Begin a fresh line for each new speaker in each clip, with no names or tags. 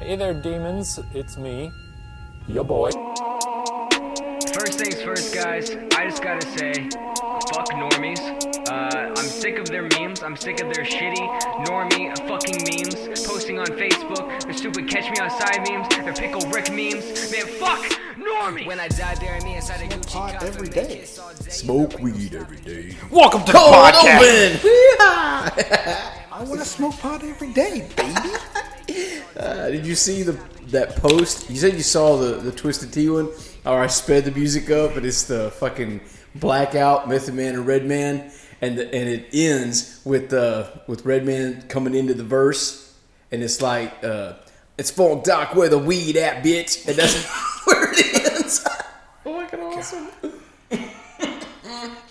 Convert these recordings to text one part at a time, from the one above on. Hey there, demons. It's me, your boy.
First things first, guys. I just gotta say, fuck normies. Uh, I'm sick of their memes. I'm sick of their shitty normie fucking memes. Posting on Facebook, their stupid catch me outside memes, their pickle Rick memes. Man, fuck normies. When I die, bury me inside a Gucci
pot
cup
every
and
day.
make kiss all day.
Smoke weed every day.
Welcome to the
Cold
podcast.
open.
I want to smoke pot every day, baby.
Uh, did you see the that post? You said you saw the the Twisted Tea one. Or I sped the music up, but it's the fucking blackout Method Man and Red Man, and the, and it ends with uh with Red Man coming into the verse, and it's like uh it's fall dock where the weed at bitch, and that's where it ends. Fucking awesome.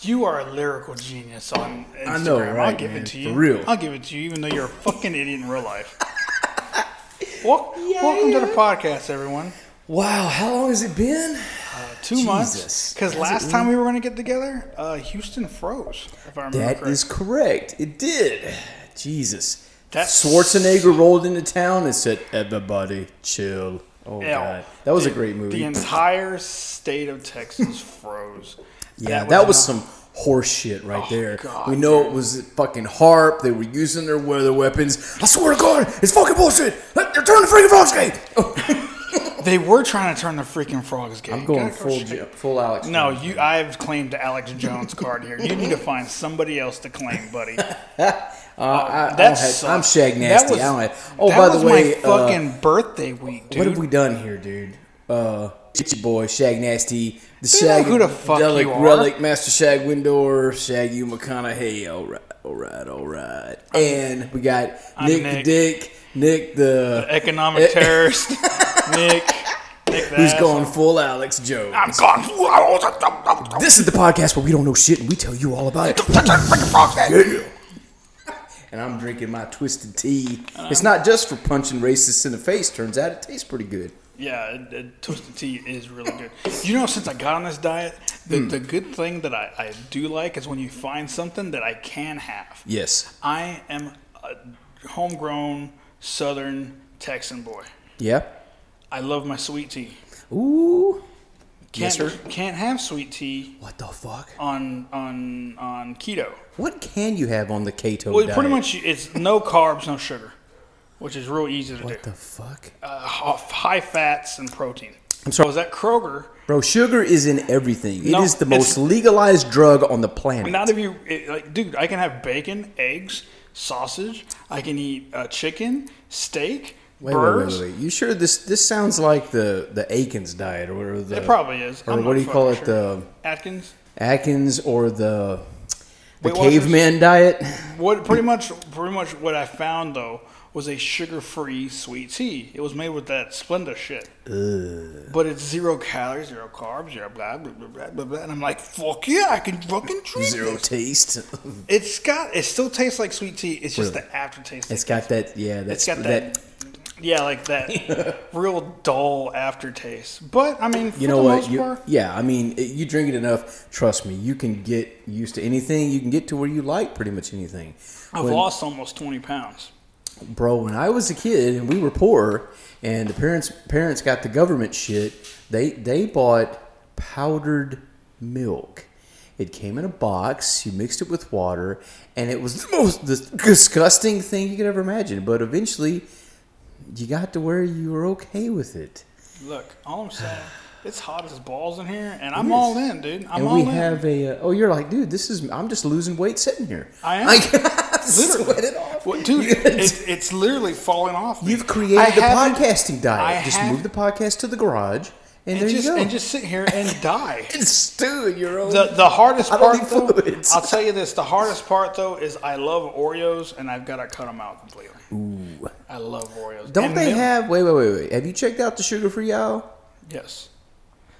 You are a lyrical genius on Instagram.
I know,
I'll
right,
give
man?
it to you.
For real.
I'll give it to you, even though you're a fucking idiot in real life. Wel- welcome to the podcast, everyone.
Wow, how long has it been?
Two months.
Jesus.
Because
Has
last
it
time we were going to get together, uh, Houston froze, if I remember
That
correctly.
is correct. It did. Jesus.
That-
Schwarzenegger rolled into town and said, "Everybody, chill." Oh
Hell.
god, that was
the,
a great
The
movie.
entire state of Texas froze.
yeah, that was
not- Oh,
some horse shit right there.
God,
we know it was fucking harp. They were using their weather weapons. I swear to God, it's fucking bullshit. Let- They're turning the freaking frogs gate.
They were trying to turn the freaking frogs gay.
I'm going
Gotta go
full,
straight-
Ju- full Alex.
No,
Jones.
you. I've claimed the Alex Jones card here. You need to find somebody else to claim, buddy.
Uh, I, I
that
don't have,
sucked.
I'm shag
That
nasty.
was-
I don't have, oh,
that
by the
was
way,
my
uh,
fucking birthday week, dude.
What have we done here, dude? Uh, it's your boy Shag Nasty, the
You know
Shag
who the fuck you are.
Relic, Master Shag Windor, Shaggy McConaughey. All right, all right, all right. And we got
I'm
Nick,
Nick.
the Dick, Nick the,
Economic terrorist, Nick. Nick
who's
that.
going full Alex Jones.
I'm gone.
This is the podcast where we don't know shit and we tell you all about it. Yeah. And I'm drinking my twisted tea. it's
Uh-huh.
not just for punching racists in the face. Turns out it tastes pretty good.
Yeah, it- it- twisted tea is really good. You know, since I got on this diet, the,
Hmm.
the good thing that I, I do like is when you find something that I can have.
Yes.
I am a homegrown Southern Texan boy.
Yeah.
I love my sweet tea.
Ooh.
Can't,
sir.
can't have sweet tea
What the fuck?
on on on keto.
What can you have on the keto
Well,
diet?
pretty much it's no carbs, no sugar, which is real easy to
What
do.
the fuck,
Uh, h- high fats and protein.
I'm sorry.
I was at Kroger.
bro? Sugar is in everything. It is
No, it's-
the most legalized drug on the planet.
Not if you it, like, dude. I can have bacon, eggs, sausage. I can eat uh, chicken, steak,
wait, wait,
burgers.
wait, wait. You sure this this sounds like the the Aikens diet or the?
It probably is.
Or
I'm
what
not
do you call it? uh,
fucking
The
sure. Atkins?
Atkins or the the
Weight Watchers?
caveman diet?
What pretty much pretty much what I found though was a sugar-free sweet tea. It was made with that Splenda shit. But it's zero calories, zero carbs, zero blah blah blah blah blah. blah. And I'm like, fuck yeah, I can fucking drink
Zero
Zero.
taste.
It's got it still tastes like sweet tea. It's just
Really?
the aftertaste.
it's got that. Yeah, that's
it's got that, yeah, like that real dull aftertaste. But I mean, for
You know
the
what?
most
You,
part,
yeah, I mean, it- you drink it enough. Trust me, you can get used to anything. You can get to where you like pretty much anything.
I've
When-
lost almost twenty pounds.
Bro, when I was a kid and we were poor, and the parents parents got the government shit, they they bought powdered milk. It came in a box. You mixed it with water, and it was the most dis- disgusting thing you could ever imagine. But eventually, you got to where you were okay with it.
Look, all I'm saying, it's hot as balls in here, and I'm all in, dude. I'm
and
all
we
in.
have a uh, oh, you're like, dude, this is I'm just losing weight sitting here.
I am.
Like,
Literally.
sweat it off,
Well, dude,
You-
it's, it's literally falling off. me.
You've created
I
the
haven't-
podcasting diet.
I
just
haven't-
move the podcast to the garage, and,
and
there
just,
you go.
And just sit here and die.
and stew in your own.
The, the hardest
I don't
part,
need
though,
fluids.
I'll tell you this: the hardest part, though, is I love Oreos, and I've got to cut them out completely. Ooh, I love Oreos.
Don't
And
they
milk.
have? Wait, wait, wait, wait. Have you checked out the sugar-free aisle?
Yes,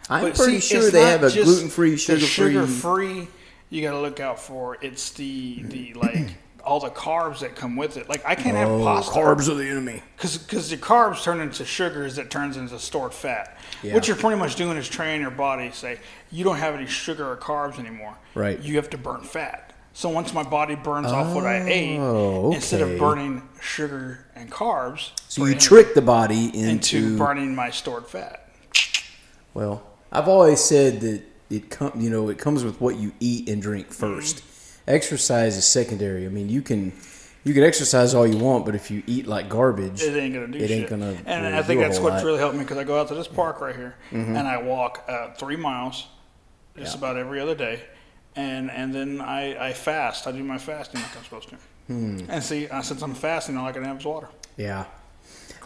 I'm
But
pretty
see,
sure
it's
they
not
have a
just
gluten-free,
the
sugar-free.
sugar-free, you got to look out for. It's the the like all the carbs that come with it. Like I can't
Oh,
have pasta.
are the enemy.
because because the carbs turn into sugars that turns into stored fat.
Yeah.
What you're pretty much doing is training your body to say you don't have any sugar or carbs anymore.
Right.
You have to burn fat. So once my body burns off what I ate,
Oh,
instead of
okay.
burning sugar and carbs,
So you trick the body into,
into burning my stored fat.
well. I've always said that it com- you know it comes with what you eat and drink
Mm-hmm.
1st Exercise is secondary. I mean, you can you can exercise all you want, but if you eat like garbage,
It ain't gonna do
It
shit.
ain't gonna
and
really
I think
do a
that's
whole
what's
lot. Mm-hmm.
really helped me because I go out to this park right here and I walk uh, three miles, just about every other day, and and then I, I fast. I do my fasting like I'm supposed to.
Hmm.
And see, uh, since I'm fasting, all I can have is water.
Yeah.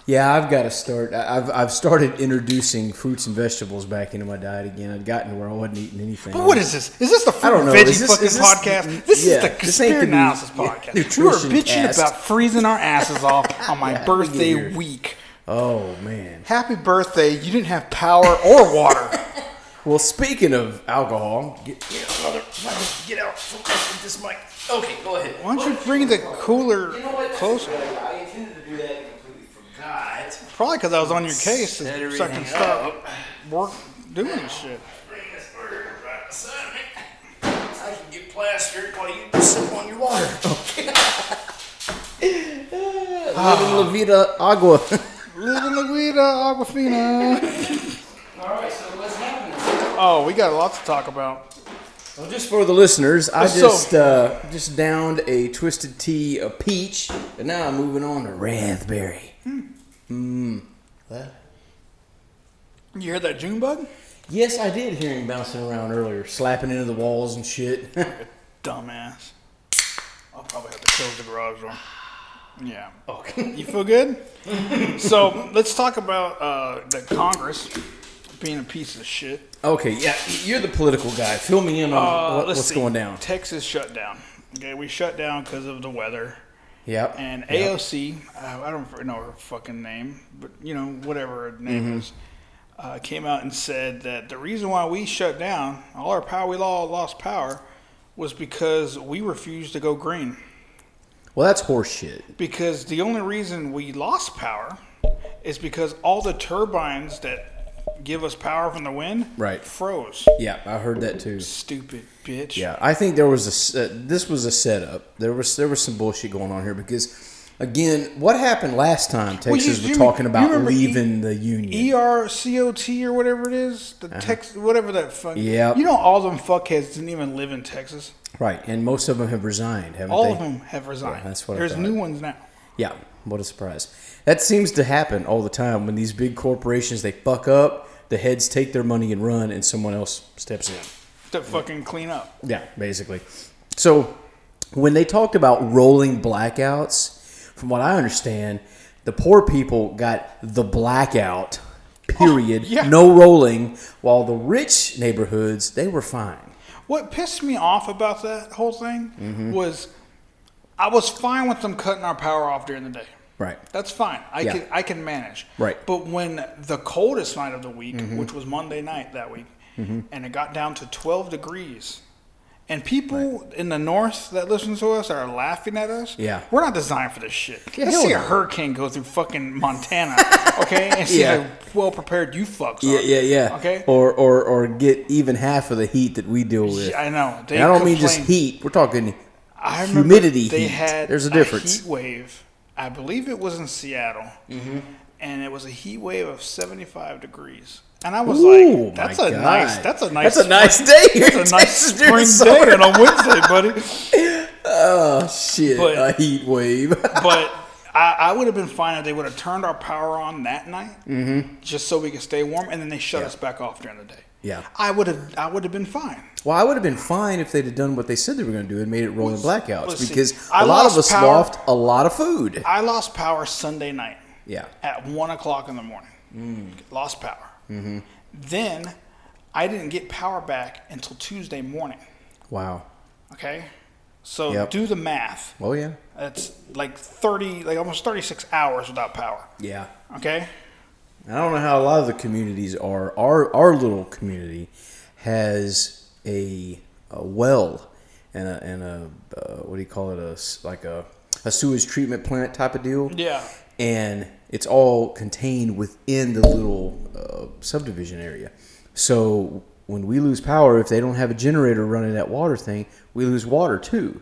Yeah, I've got to start. I- I've, I've started introducing fruits and vegetables back into my diet again. I'd gotten to where I wasn't eating anything.
But what is this? Is this the
I
fruit
don't
and
know.
veggie
Is this-
fucking
is this-
podcast? This
yeah,
is the
this ain't the
conspiracy analysis
nu-
podcast.
nutrition
we were bitching
cast.
about freezing our asses off on my
Yeah, I
birthday
figured.
week.
Oh man.
Happy birthday! You didn't have power or water.
Well, speaking of alcohol, get, get another. Get out from with this mic. Okay, go ahead.
Why don't you bring the cooler closer?
I intended to do that and completely forgot.
Probably because I was on your case
Set
and
everything
sucking stuff. Work doing this shit.
Bring this burger right beside me. I can get plastered while you sip on your water. Okay. Ah. Living La Vida Agua.
Living La Vida Aquafina.
All right, so what's happening?
Oh, we got a lot to talk about.
Well, just for the listeners, I
So-
just uh, just downed a twisted tea, a peach, and now I'm moving on to raspberry.
You hear that June bug?
Yes, I did hear him bouncing around earlier, slapping into the walls and shit.
Dumbass. I'll probably have to close the garage door. Yeah.
okay.
You feel good? so let's talk about uh, the Congress being a piece of shit.
Okay, yeah, you're the political guy. Fill me in on
Uh,
what,
let's
what's
see.
going down.
Texas shut down. Okay, we shut down because of the weather.
Yep.
And
yep.
AOC, uh, I don't know her fucking name, but you know whatever her name
Mm-hmm.
is, uh, came out and said that the reason why we shut down, all our power, we all lost power, was because we refused to go green.
Well, that's horseshit.
Because the only reason we lost power is because all the turbines that give us power from the wind
Right.
froze.
Yeah, I heard that too.
Stupid bitch.
Yeah, I think there was a s- uh, this was a setup. There was there was some bullshit going on here because again, what happened last time
you-
Texas
you-
was talking
you
about
remember E-
leaving the union.
ERCOT or whatever it is, the Tex, whatever that fuck.
Uh-huh. Yep.
You know, all them fuckheads didn't even live in Texas.
Right, and most of them have resigned, haven't
All
they?
of them have resigned.
Yeah, that's what I
There's
thought.
new ones now.
Yeah, what a surprise. That seems to happen all the time when these big corporations they fuck up, the heads take their money and run and someone else steps in.
To fucking clean up.
Yeah, basically. So, when they talked about rolling blackouts, from what I understand, the poor people got the blackout period,
Oh, yeah.
no rolling, while the rich neighborhoods they were fine.
What pissed me off about that whole thing
Mm-hmm.
was I was fine with them cutting our power off during the day.
Right.
That's fine. I
Yeah.
can I can manage.
Right. Mm-hmm.
But when the coldest night of the week, which was Monday night that week, and it got down to 12 degrees, and people in the north that listen to us are laughing at us.
Yeah.
We're not designed for this shit.
Yeah,
Let's
hell
see a
no.
hurricane go through fucking Montana, okay, and see
Yeah.
how well prepared you fucks
Yeah,
are.
yeah, yeah.
Okay.
Or or or get even half of the heat that we deal with.
Yeah, I know. They
And I don't mean just
complain.
heat. We're talking
I remember
humidity
They
heat.
had
There's a difference.
heat wave. I believe it was in Seattle,
Mm-hmm.
and it was a heat wave of 75 degrees. And I was
Ooh,
like, "That's
my
a nice.
God.
That's a nice.
That's a nice day here. in
That's a nice
Texas during
spring
summer.
day on a Wednesday, buddy."
Oh shit!
But-
a heat wave.
But I, I would have been fine if they would have turned our power on that night,
Mm-hmm.
just so we could stay warm, and then they shut us back off during the day.
Yeah.
I would have. I would have been fine.
well, I would have been fine if they'd have done what they said they were going to do and made it rolling blackouts
let's see.
because
I
a lot of
lost
us
power.
lost a lot of food.
I lost power Sunday night.
Yeah. Mm.
At one o'clock in the morning. Lost power. Mm-hmm. Then I didn't get power back until Tuesday morning.
Wow.
Okay. So
Yep.
do the math.
Oh yeah.
That's like thirty, like almost thirty-six hours without power.
Yeah.
Okay.
I don't know how a lot of the communities are. Our our little community has a, a well and a, and a uh, what do you call it? A s- like a a sewage treatment plant type of deal.
Yeah.
and it's all contained within the little uh, subdivision area. So when we lose power, if they don't have a generator running that water thing, we lose water too.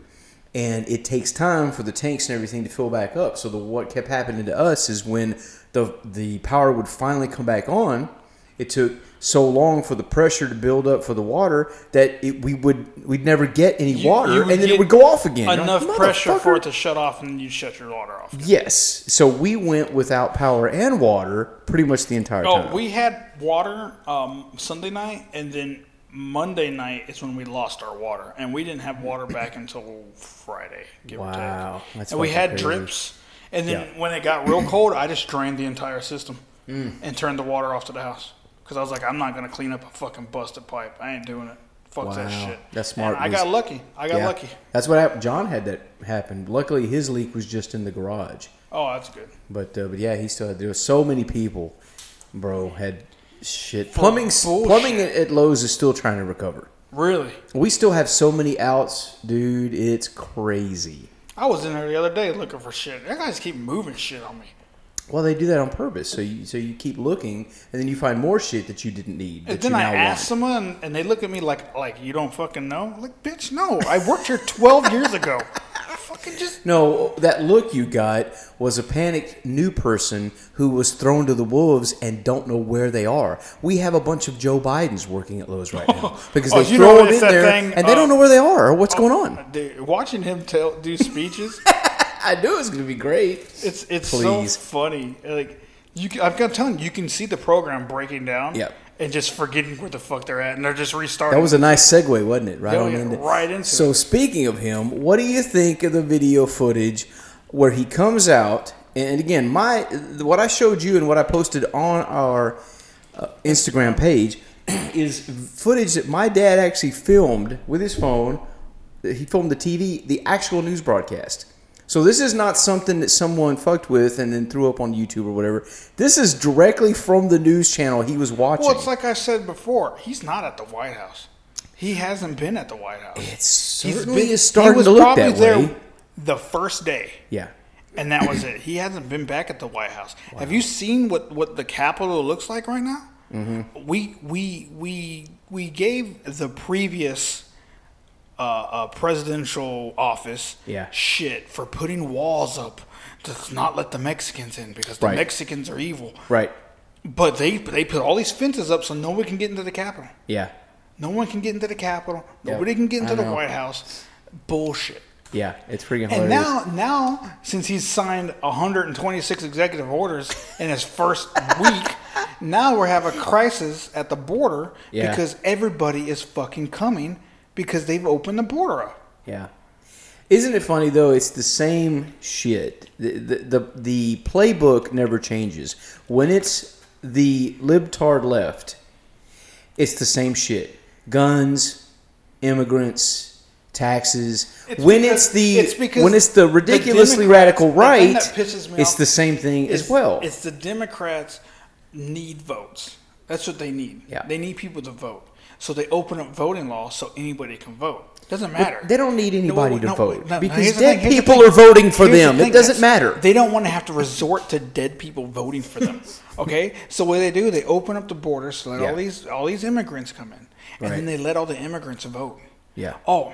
And it takes time for the tanks and everything to fill back up. So the what kept happening to us is when the the power would finally come back on, it took so long for the pressure to build up for the water that it, we would we'd never get any
You-
water,
you
and then
get
it would go off again. You're
Enough
like,
pressure
"Motherfucker."
for it to shut off, and you shut your water off.
Yes. So we went without power and water pretty much the entire
Oh,
time.
we had water um, Sunday night, and then Monday night is when we lost our water, and we didn't have water back until Friday. Give
Wow,
or take.
that's
and we
fucking
had
crazy.
drips, and then
Yeah. Mm.
when it got real cold, I just drained the entire system and turned the water off to the house because I was like, I'm not gonna clean up a fucking busted pipe. I ain't doing it. Fuck that
Wow,
shit.
that's smart,
And I
Luis.
got lucky. I got
Yeah.
lucky.
That's what happened. John had that happen. Luckily, his leak was just in the garage.
Oh, that's good.
But uh, but yeah, he still had. There were so many people, bro, had shit. Plumbing
bullshit.
plumbing at- at Lowe's is still trying to recover.
Really.
We still have so many outs, dude. It's crazy.
I was in there the other day looking for shit. That guys keep moving shit on me.
Well, they do that on purpose. So you so you keep looking, and then you find more shit that you didn't need. That
And then
you
I
now want.
asked someone, and they look at me like, like you don't fucking know. I'm Like, bitch, no. I worked here 12 years ago. I fucking just.
No, that look you got was a panicked new person who was thrown to the wolves and don't know where they are. We have a bunch of Joe Bidens working at Lowe's right now because
Oh,
they
you
throw
know,
them
it's
in
that
there
thing,
and they
uh, oh.
don't know where they are or what's going on.
Dude, watching him tell do speeches,
I knew it was going to be great.
it's it's
Please.
so funny. Like you, can, I've got telling you, you can see the program breaking down.
Yep.
And just forgetting where the fuck they're at, and they're just restarting.
That was a nice segue, wasn't it? Right
Yeah,
on
yeah,
into
right into
So speaking of him, what do you think of the video footage where he comes out? And again, my what I showed you and what I posted on our uh, Instagram page is footage that my dad actually filmed with his phone. He filmed the TV, the actual news broadcast. So this is not something that someone fucked with and then threw up on YouTube or whatever. This is directly from the news channel he was watching.
well, it's like I said before. He's not at the White House. He hasn't been at the White House.
It certainly is starting
he was
to look
probably
that
there
way.
The first day.
Yeah.
and that was it. He hasn't been back at the White House. Have you seen what, what the Capitol looks like right now?
Mm-hmm.
We we we we gave the previous uh, uh, presidential office
Yeah.
shit for putting walls up to not let the Mexicans in because the
Right.
Mexicans are evil.
Right.
But they they put all these fences up so no one can get into the Capitol.
Yeah.
No one can get into the Capitol.
Yeah.
Nobody can get
I
into the
know.
White House. Bullshit.
Yeah, it's freaking
And
hilarious.
now, now since he's signed 126 executive orders in his first week, now we're have a crisis at the border
Yeah.
because everybody is fucking coming because they've opened the border up.
yeah. Isn't it funny though? It's the same shit. The, the the the playbook never changes. When it's the libtard left, it's the same shit. Guns, immigrants, taxes. when
because-
it's the
it's because
when it's the
the
ridiculously
Democrats-
radical
the thing
right,
that pisses me
it's
off
the same thing as
It's-
well.
It's the Democrats need votes. That's what they need.
Yeah.
They need people to vote. So they open up voting laws so anybody can vote. Doesn't matter.
They don't need anybody
No,
to
no,
vote
no, no,
because
here's the
dead
thing, here's the
people
thing.
are voting for
Here's the
them.
thing,
It doesn't
guys.
matter.
They don't want to have to resort to dead people voting for them. Okay, so what they do, they open up the border, so let
Yeah.
all these all these immigrants come in, and
Right.
then they let all the immigrants vote.
Yeah.
Oh,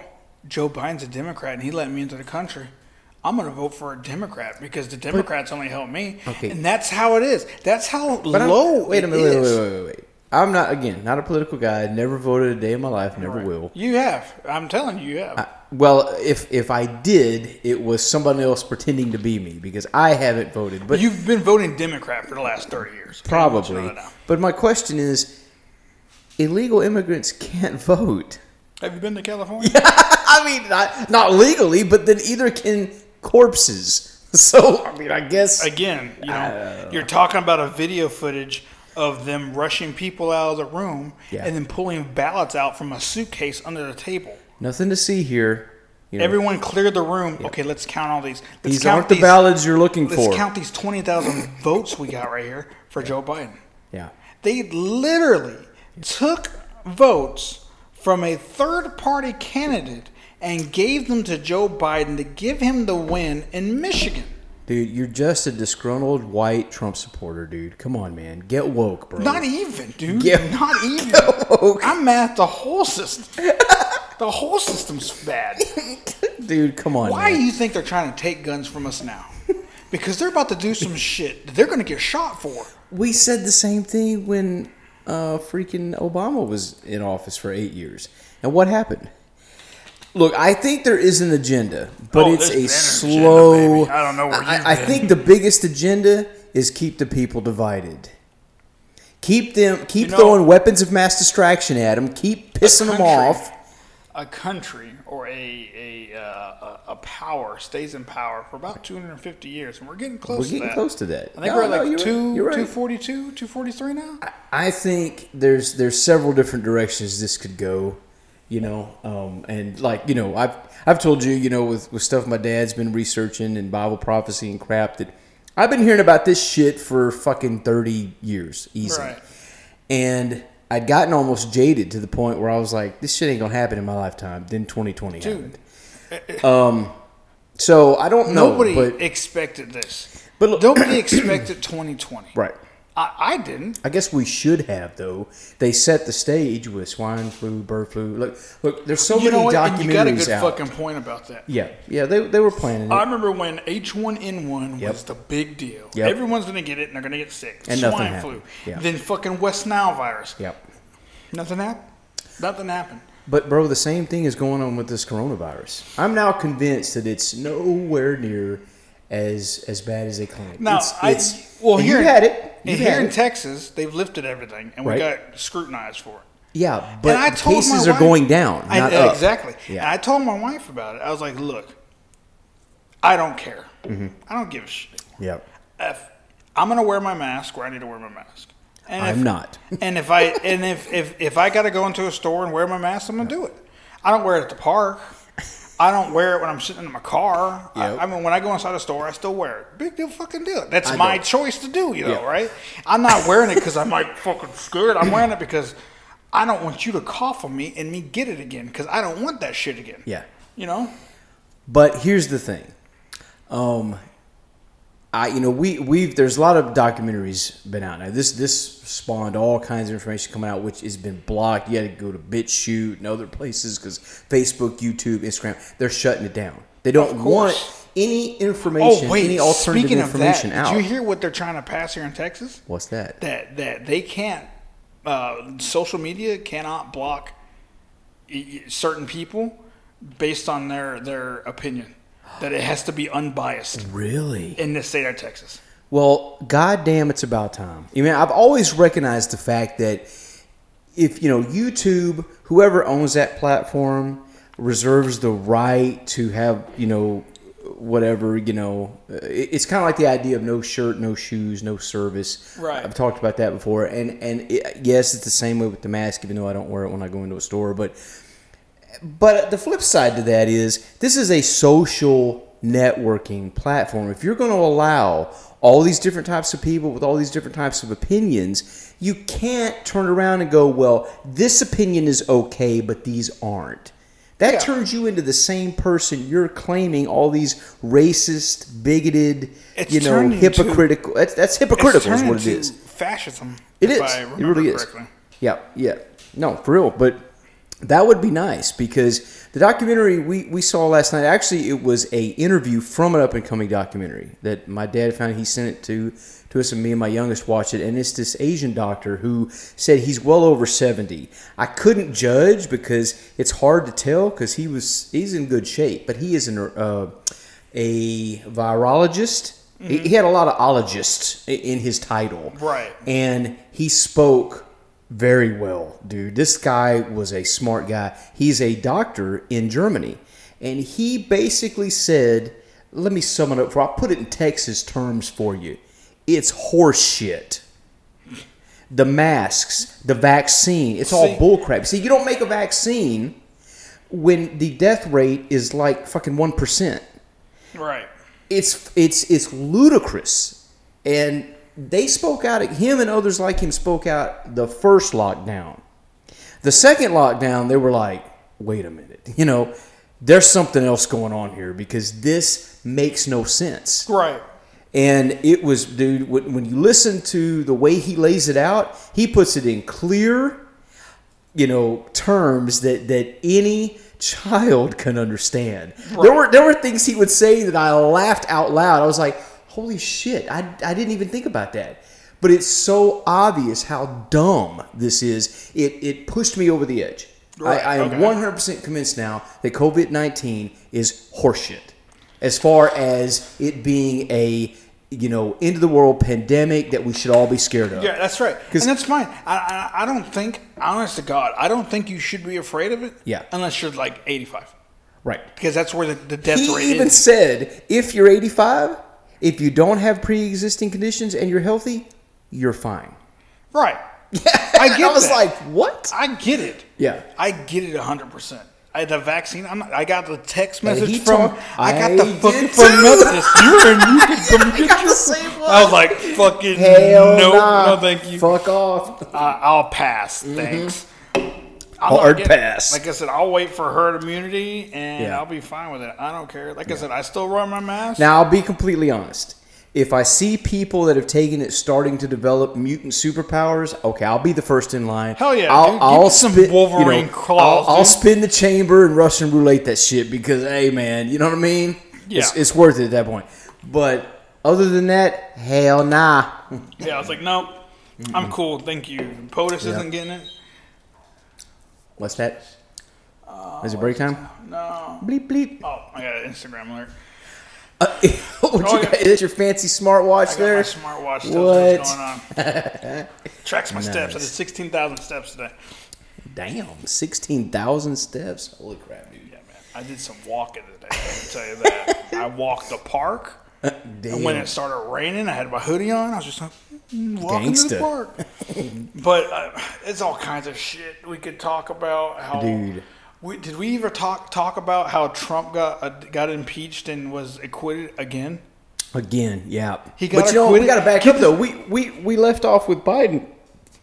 Joe Biden's a Democrat, and he let me into the country. I'm going to vote for a Democrat because the Democrats only help me.
Okay.
And that's how it is. That's how
But I'm-
low.
Wait a
it
minute. Wait,
is.
wait, wait, wait, wait. I'm not again not a political guy. Never voted a day in my life. Never will. Uh,
You have. I'm telling you, you have.
Well, if if I did, it was somebody else pretending to be me because I haven't voted. But
You've been voting Democrat for the last 30 years. Okay, I want you to
probably.
know that now.
But my question is, illegal immigrants can't vote.
Have you been to California?
I mean, not not legally, but then either can corpses. So I mean, I guess
again, you know,
Uh,
you're talking about a video footage of them rushing people out of the room
Yeah.
and then pulling ballots out from a suitcase under the table.
nothing to see here. You know,
Everyone cleared the room. Okay, let's count all these. Let's
these
count
aren't the ballots you're looking
Let's
for.
count these twenty thousand votes we got right here for Joe Biden.
Yeah.
They literally took votes from a third party candidate and gave them to Joe Biden to give him the win in Michigan.
Dude, you're just a disgruntled white Trump supporter, dude. Come on, man. Get woke, bro.
Not e- even, dude.
Yeah.
Not even.
woke.
I'm mad at the whole system. the whole system's bad.
dude, come on.
Why e- do
man.
you think they're trying to take guns from us now? Because they're about to do some shit that they're going to get shot for.
We said the same thing when uh, freaking Obama was in office for eight years. And what happened? Look, I think there is an agenda, but
Oh,
it's
there's been
a
an agenda,
slow.
baby. I don't know where
I,
you've
I
been.
think the biggest agenda is keep the people divided. Keep them. Keep
You know-
throwing weapons of mass distraction at them. Keep pissing them
country-
off.
A country or a a, uh, a a power stays in power for about 250 years, and we're getting close.
We're
to
getting
that.
close to that.
I think
No,
we're at
no,
like
you're right.
two,
You're right.
242, 243 now.
I think there's there's several different directions this could go, you know, um, and like you know I've I've told you you know with with stuff my dad's been researching and Bible prophecy and crap that I've been hearing about this shit for fucking thirty years easy,
Right.
and I'd gotten almost jaded to the point where I was like this shit ain't gonna happen in my lifetime. Then 2020 happened. Um, so I don't know,
Nobody
but
expected this.
but look,
Nobody expected 2020.
right.
I, I didn't.
I guess we should have though. They set the stage with swine flu, bird flu. Look, look. There's so
you know
many
what?
documentaries
And you got a good
out.
fucking point about that.
yeah, yeah. They, they were planning it,
I remember when H1N1
Yep.
was the big deal.
Yep.
Everyone's going to get it and they're going to get sick.
And
Swine
nothing
flu.
happened. Yeah.
Then fucking West Nile virus.
Yep.
Nothing happened. Nothing happened.
But bro, the same thing is going on with this coronavirus. I'm now convinced that it's nowhere near as as bad as they claim.
Now,
it's,
I,
it's-
well,
and
here,
you
in-
had it. You
and here
had
in
it.
Texas, they've lifted everything and we
Right.
got scrutinized for it.
yeah, but
and I
the
told
cases
my
are
wife-
going down,
I-
not
yeah,
up.
Exactly. And
Yeah.
I told my wife about it. I was like, look, I don't care.
Mm-hmm.
I don't give a shit.
Yep.
If I'm gonna wear my mask where I need to wear my mask. And
I'm
if-
not.
and if I and if, if if I gotta go into a store and wear my mask, I'm gonna do it. I don't wear it at the park. I don't wear it when I'm sitting in my car.
Yep.
I, I mean, when I go inside a store, I still wear it. Big deal, fucking deal. That's
I
my
don't.
choice to do, you know,
Yeah.
right? I'm not wearing it because I'm like fucking scared. I'm wearing it because I don't want you to cough on me and me get it again because I don't want that shit again.
Yeah.
You know?
But here's the thing, um, I you know we we've there's a lot of documentaries been out now. This this spawned all kinds of information coming out, which has been blocked. You had to go to BitChute and other places because Facebook, YouTube, Instagram, they're shutting it down. They don't want
course.
any information,
Oh wait!
any alternative
Speaking of
information
that,
out.
did you hear what they're trying to pass here in Texas?
What's that?
that that they can't uh, social media cannot block y- y- certain people based on their their opinion that it has to be unbiased
Really?
in the state of Texas.
Well, goddamn, it's about time. You mean, I've always recognized the fact that if you know YouTube, whoever owns that platform reserves the right to have you know whatever you know. uh, it- It's kind of like the idea of no shirt, no shoes, no service.
Right.
I've talked about that before, and and it, yes, it's the same way with the mask, even though I don't wear it when I go into a store, but. But the flip side to that is this is a social networking platform. If you're going to allow all these different types of people with all these different types of opinions, you can't turn around and go, well, this opinion is okay, but these aren't. That
Yeah.
turns you into the same person you're claiming all these racist, bigoted,
It's
you know,
turned into-
hypocritical. that's, that's hypocritical, is
turned
what it
into
is.
Fascism.
It
if
is.
I
It
remember
really is.
correctly.
Yeah, yeah. No, for real. But that would be nice because the documentary we, we saw last night actually it was a interview from an up and coming documentary that my dad found. He sent it to to us and me and my youngest watched it. And it's this Asian doctor who said he's well over seventy. I couldn't judge because it's hard to tell because he was he's in good shape, but he is an uh, a virologist. He He had a lot of ologists i- in his title,
Mm-hmm. Right.
and he spoke very well, dude. This guy was a smart guy. He's a doctor in Germany. And he basically said, let me sum it up for I'll put it in Texas terms for you. It's horse shit. The masks, the vaccine, it's all
See-
bullcrap. See, you don't make a vaccine when the death rate is like fucking 1%
Right.
it's it's it's ludicrous and they spoke out him and others like him spoke out the first lockdown the second lockdown they were like wait a minute you know there's something else going on here because this makes no sense
Right.
And it was, dude, when, when you listen to the way he lays it out, he puts it in clear, you know, terms that that any child can understand. There were there were things he would say that I laughed out loud. I was like, "Holy shit! I I didn't even think about that." But it's so obvious how dumb this is. It it pushed me over the edge.
Right,
I, I am
okay.
100% convinced now that COVID 19 is horseshit as far as it being a you know end of the world pandemic that we should all be scared of.
Yeah, that's right.
'Cause-
And that's fine. I, I I don't think, honest to God, I don't think you should be afraid of it.
Yeah.
Unless you're like 85,
right.
because that's where the, the death
he
rate
even
is.
said if you're 85 if you don't have pre-existing conditions and you're healthy you're fine
right. I get
i was
that.
like what
I get it.
Yeah.
I get it 100. percent I, the vaccine. I'm not, I got the text
And
message
he
from.
talked-
I got
I
the fucking
did
from
too.
Methodist. You're in. You can come get
got the
your.
same
I was
one.
like, fucking
hell
no,
nah.
no, thank you.
fuck Mm-hmm. off
I- I'll pass. Thanks. I'll
Hard
get it.
pass.
Like I said, I'll wait for herd immunity and
Yeah.
I'll be fine with it. I don't care. Like I said, I still wear my mask.
now i'll be completely honest if i see people that have taken it starting to develop mutant superpowers okay i'll be the first in line
Hell yeah,
i'll,
dude. Give
I'll
me some
spit-
Wolverine
you know,
claws,
I'll, I'll
dude.
spin the chamber and russian roulette that shit because hey man you know what i mean
Yeah.
it's, it's worth it at that point but other than that hell nah
yeah, I was like, nope.
Mm-hmm.
I'm cool. Thank you. POTUS isn't getting it.
What's that?
Uh,
Is it break time?
No.
Bleep bleep.
Oh, I got an Instagram alert.
Uh, what
Oh,
you
yeah.
got? Is that your fancy smartwatch
I got my
there?
smartwatch. Tells me what's
What?
going on. Tracks my steps. I did
Nice.
16,000 steps today.
Damn, sixteen thousand steps. Holy crap, dude!
Yeah, man. I did some walking today. Let me tell you that. I walked the park.
Damn.
And when it started raining, I had my hoodie on. I was just like, mm, walking to
Gangsta.
the park. but uh, it's all kinds of shit we could talk about. How,
Dude.
We, did we ever talk talk about how Trump got uh, got impeached and was acquitted again?
Again, yeah.
He got
but you know, what? we
acquitted.
got to back
He
up though. We we we left off with Biden.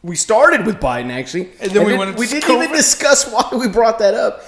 We started with Biden actually,
And then we went into
we didn't
COVID.
even discuss why we brought that up.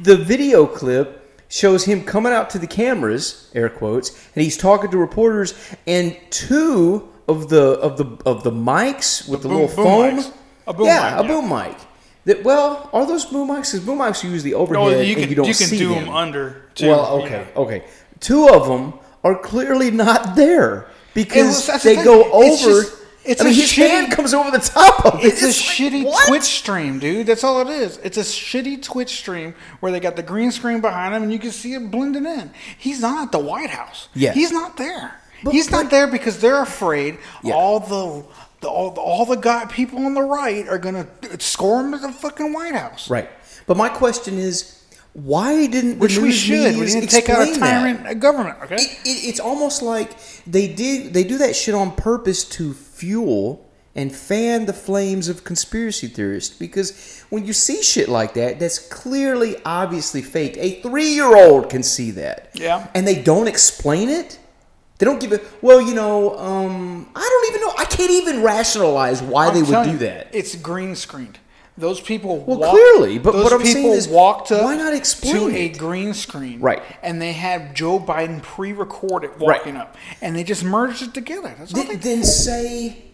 The video clip shows him coming out to the cameras, air quotes, and he's talking to reporters. And two of the of the of the mics with the,
boom-
little
boom
foam,
mics. A boom
yeah,
mic,
a
yeah.
boom mic. That well, are those boom mics? Because boom mics are usually overhead, and you don't
Oh, you can
see
do
them.
them under. Too,
Well, okay, okay. Two of them are clearly not there
was-
because
that's the
they
thing.
go
It's
over.
just- it's
I mean,
a
his
shitty-
hand comes over the top of it.
It's, a
like,
shitty
what?
Twitch stream, dude. That's all it is. It's a shitty Twitch stream where they got the green screen behind him and you can see it blending in. He's not at the White House.
Yeah.
He's not there.
But-
He's
but-
not there because they're afraid
Yeah.
all the, the all the, all the guy people on the right are gonna score him at the fucking White House.
Right. But my question is, why didn't the
Which we
news
should. We
medias
didn't take out a
explain that?
tyrant a government. Okay.
It, it, it's almost like they did. They do that shit on purpose to fuel and fan the flames of conspiracy theorists. Because when you see shit like that, that's clearly, obviously fake. A three-year-old can see that.
Yeah.
And they don't explain it. They don't give it. Well, you know, um, I don't even know. I can't even rationalize why
I'm
they would
telling
do
you,
that.
It's green screened. Those people
Well,
walked-
clearly, but
those
what I'm saying
people
is,
walked up
why not
to
explain
a
it?
green screen,
Right.
And they had Joe Biden pre-record it walking up, and they just merged it together. That's all they
Th- then say,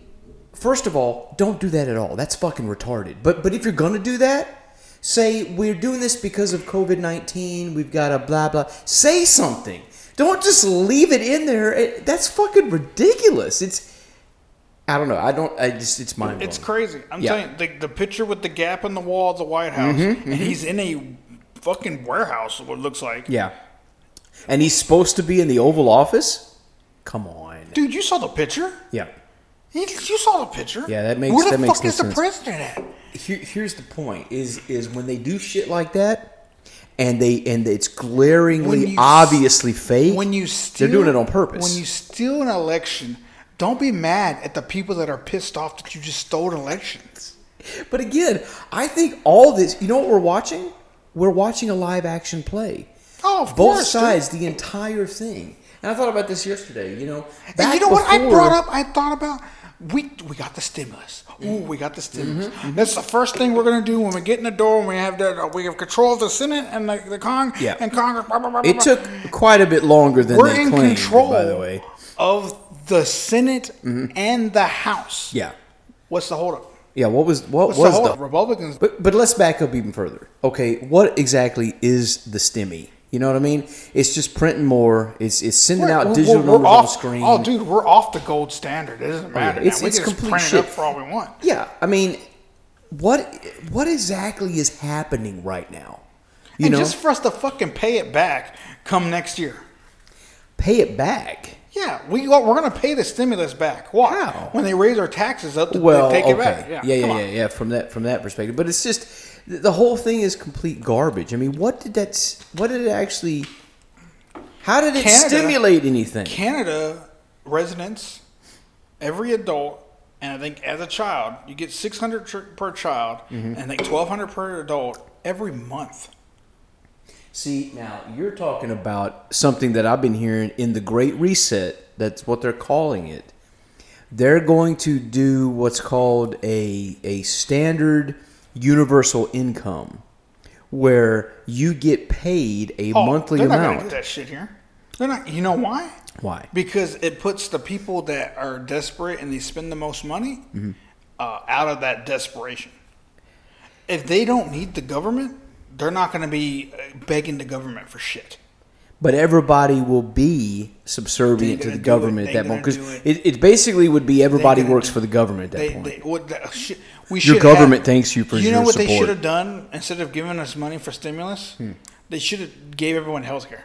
first of all, don't do that at all. That's fucking retarded. But but if you're gonna do that, say we're doing this because of COVID nineteen. We've got a blah blah. Say something. Don't just leave it in there. It- that's fucking ridiculous. It's I don't know. I don't. I just it's mind.
It's crazy. I'm
Yeah. Mm-hmm,
telling you, the, the picture with the gap in the wall of the White House, and he's in a fucking warehouse. What it looks like,
Yeah. And he's supposed to be in the Oval Office. Come on.
dude. You saw the picture.
Yeah.
You, you saw the picture.
Yeah, that makes-
Where the
that
fuck
makes no
is
sense.
the president at?
Here, here's the point: is is when they do shit like that, and they and it's glaringly
When you-
obviously fake.
when you steal,
they're doing it on purpose.
When you steal an election, don't be mad at the people that are pissed off that you just stole an election.
but again, I think all this. You know what we're watching? We're watching a live action play.
Oh, of
both
course, dude.
sides, the entire thing. And I thought about this yesterday. You know,
And
back
you know what I
before-
brought up? I thought about we we got the stimulus. Ooh, we got the stimulus.
Mm-hmm,
That's the first thing we're gonna do when we get in the door and we have that uh, we have control of the Senate and the, the Cong
Yeah.
and Congress. Blah, blah, blah, blah,
It
blah.
took quite a bit longer than
we're
they
in
claimed.
control
By the way, Mm-hmm.
of the Senate and the House.
Yeah.
What's the holdup?
Yeah. What was what
What's the
was
holdup?
the
Republicans.
But but let's back up even further. Okay, what exactly is the stimmy? You know what I mean? It's just printing more. It's it's sending out digital numbers
off,
on screen. Oh,
Oh, dude, we're off the gold standard. It doesn't matter.
It's-
now.
it's
we can just
complete
print
shit.
it up for all we want.
Yeah, I mean, what what exactly is happening right now? You
and
know,
just for us to fucking pay it back come next year.
pay it back.
Yeah, we go, we're gonna pay the stimulus back. Why?
How?
When they raise our taxes up to
Well,
take
okay,
it back.
yeah,
Yeah,
yeah,
come
yeah,
on.
yeah, From that from that perspective, but it's just th- the whole thing is complete garbage. I mean, what did that? s- What did it actually? How did it
Canada-
stimulate anything?
Canada residents, every adult, and I think as a child, you get six hundred tr- per child,
Mm-hmm.
and I think twelve hundred per adult every month.
See, now you're talking about something that I've been hearing in the Great Reset. That's what they're calling it. They're going to do what's called a a standard universal income, where you get paid a
Oh,
monthly
they're Not gonna do
amount.
that shit here. They're not. You know why?
Why?
Because it puts the people that are desperate and they spend the most money
Mm-hmm.
uh, out of that desperation. If they don't need the government, they're not going to be uh, begging the government for shit.
But everybody will be subservient
They
to
gonna
the
do it.
government at
They
that moment
gonna
because
do
it, it basically would be everybody
gonna
works
do-
for the government at that
They,
point.
they, what the, shit, we
Your
should
government
have,
thanks you for
You know
your
what they
support. Hmm.
should have done instead of giving us money for stimulus? They should have gave everyone health care.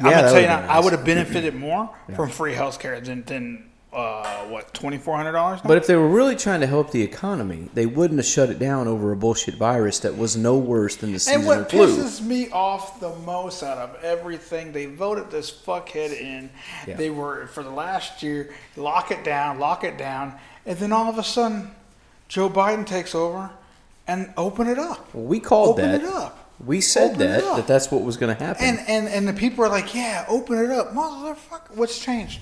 I'm
Yeah,
gonna
that
tell you
would've
now,
been
I
nice. Mm-hmm.
would have benefited more from free health care than than uh, what twenty four hundred dollars.
But if they were really trying to help the economy, they wouldn't have shut it down over a bullshit virus that was no worse than the seasonal
And what
flu.
pisses me off the most out of everything, they voted this fuckhead in.
Yeah.
They were for the last year, lock it down, lock it down, and then all of a sudden, Joe Biden takes over and open it up.
Well, we called
open
that.
it up.
We said
Open it
that
up.
that that's what was going to happen.
And and and the people are like, yeah, open it up, motherfucker. What's changed?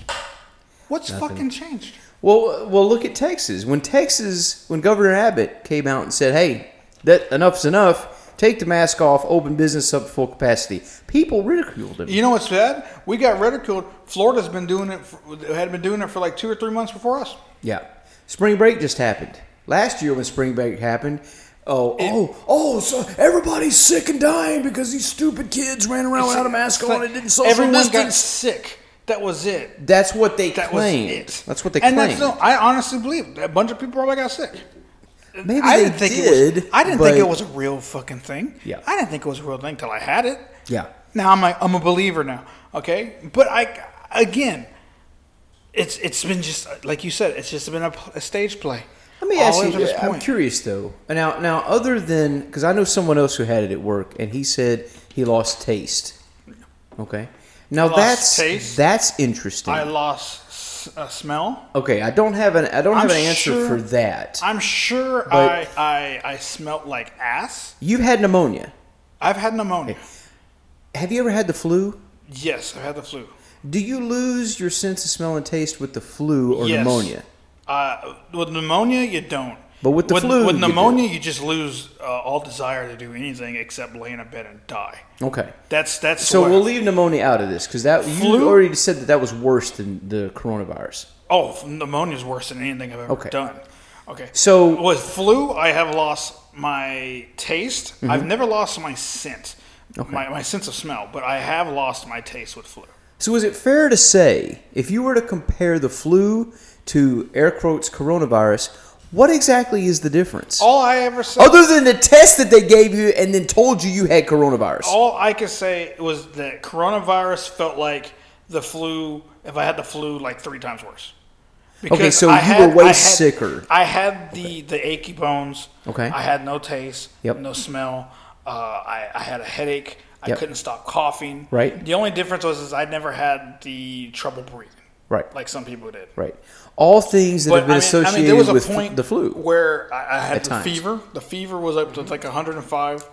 What's fucking changed?
well, well, look at Texas. When Texas, when Governor Abbott came out and said, "Hey, that enough's enough. Take the mask off. Open business up to full capacity," people ridiculed him.
You know what's bad? We got ridiculed. Florida's been doing it. For, had been doing it for like two or three months before us.
Yeah. Spring break just happened. Last year when spring break happened, oh, oh, oh, so everybody's sick and dying because these stupid kids ran around without a mask
It's
on
like
and didn't social
Everyone got
distance.
sick. That was it.
That's what they
That
claimed.
was it.
That's what they
and
claimed.
That's no, I honestly believe that a bunch of people probably got sick.
Maybe
I
they
didn't think
did.
it was. I didn't
but-
think it was a real fucking thing.
Yeah.
I didn't think it was a real thing till I had it.
Yeah.
Now I'm like I'm a believer now. Okay, but I again, it's it's been just like you said. It's just been a, a stage play.
Let me
all
ask
the way
you.
to this
I'm
point.
curious though. Now, now, other than because I know someone else who had it at work, and he said he lost taste. Okay. Now
lost
that's
taste?
that's interesting.
I lost s- a smell.
okay, I don't have an I don't
I'm
have an answer
sure-
for that.
I'm sure
But-
I, I I smelt like ass.
You've had pneumonia.
I've had pneumonia.
Have you ever had the flu?
Yes, I've had the flu.
Do you lose your sense of smell and taste with the flu or
Yes.
pneumonia?
Uh, with pneumonia, you don't.
But with the flu,
with
you do.
pneumonia, you just lose uh, all desire to do anything except lay in a bed and die.
Okay.
That's that's
So
what-
we'll leave pneumonia out of this because that you
Flu?
already said that that was worse than the coronavirus.
Oh, pneumonia is worse than anything I've ever
Okay.
done. Okay.
So-
with flu, I have lost my taste.
Mm-hmm.
I've never lost my scent, my, my sense of smell, but I have lost my taste with flu.
So is it fair to say if you were to compare the flu to air quotes coronavirus, what exactly is the difference?
All I ever said.
Other than the test that they gave you and then told you you had coronavirus.
all I could say was that coronavirus felt like the flu. If I had the flu, like three times worse.
so you were way sicker.
I had the the achy bones.
Okay.
I had no taste.
Yep.
No smell. Uh, I I had a headache. I
Yep.
couldn't stop coughing.
Right.
The only difference was is I never had the trouble breathing.
Right.
Like some people did.
Right. All things that
But
have been
I mean,
associated
I mean, there was a
with fl-
point
the flu.
where I, I had
At
the
times.
fever. The fever was up to like 105.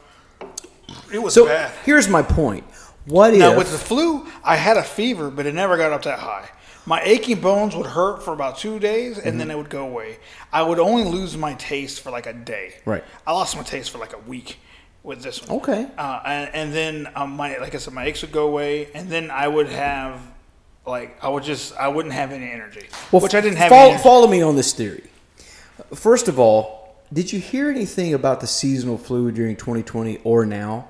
It was
so
bad.
here's my point. What
Now
if
with the flu, I had a fever, but it never got up that high. My aching bones would hurt for about two days, and
Mm-hmm.
then it would go away. I would only lose my taste for like a day.
Right.
I lost my taste for like a week with this one.
Okay.
Uh, and, and then um, my, like I said, my aches would go away, and then I would have like I would just I wouldn't have any energy,
Well,
which I didn't have.
Follow,
any energy.
follow me on this theory. First of all, did you hear anything about the seasonal flu during 2020 or now?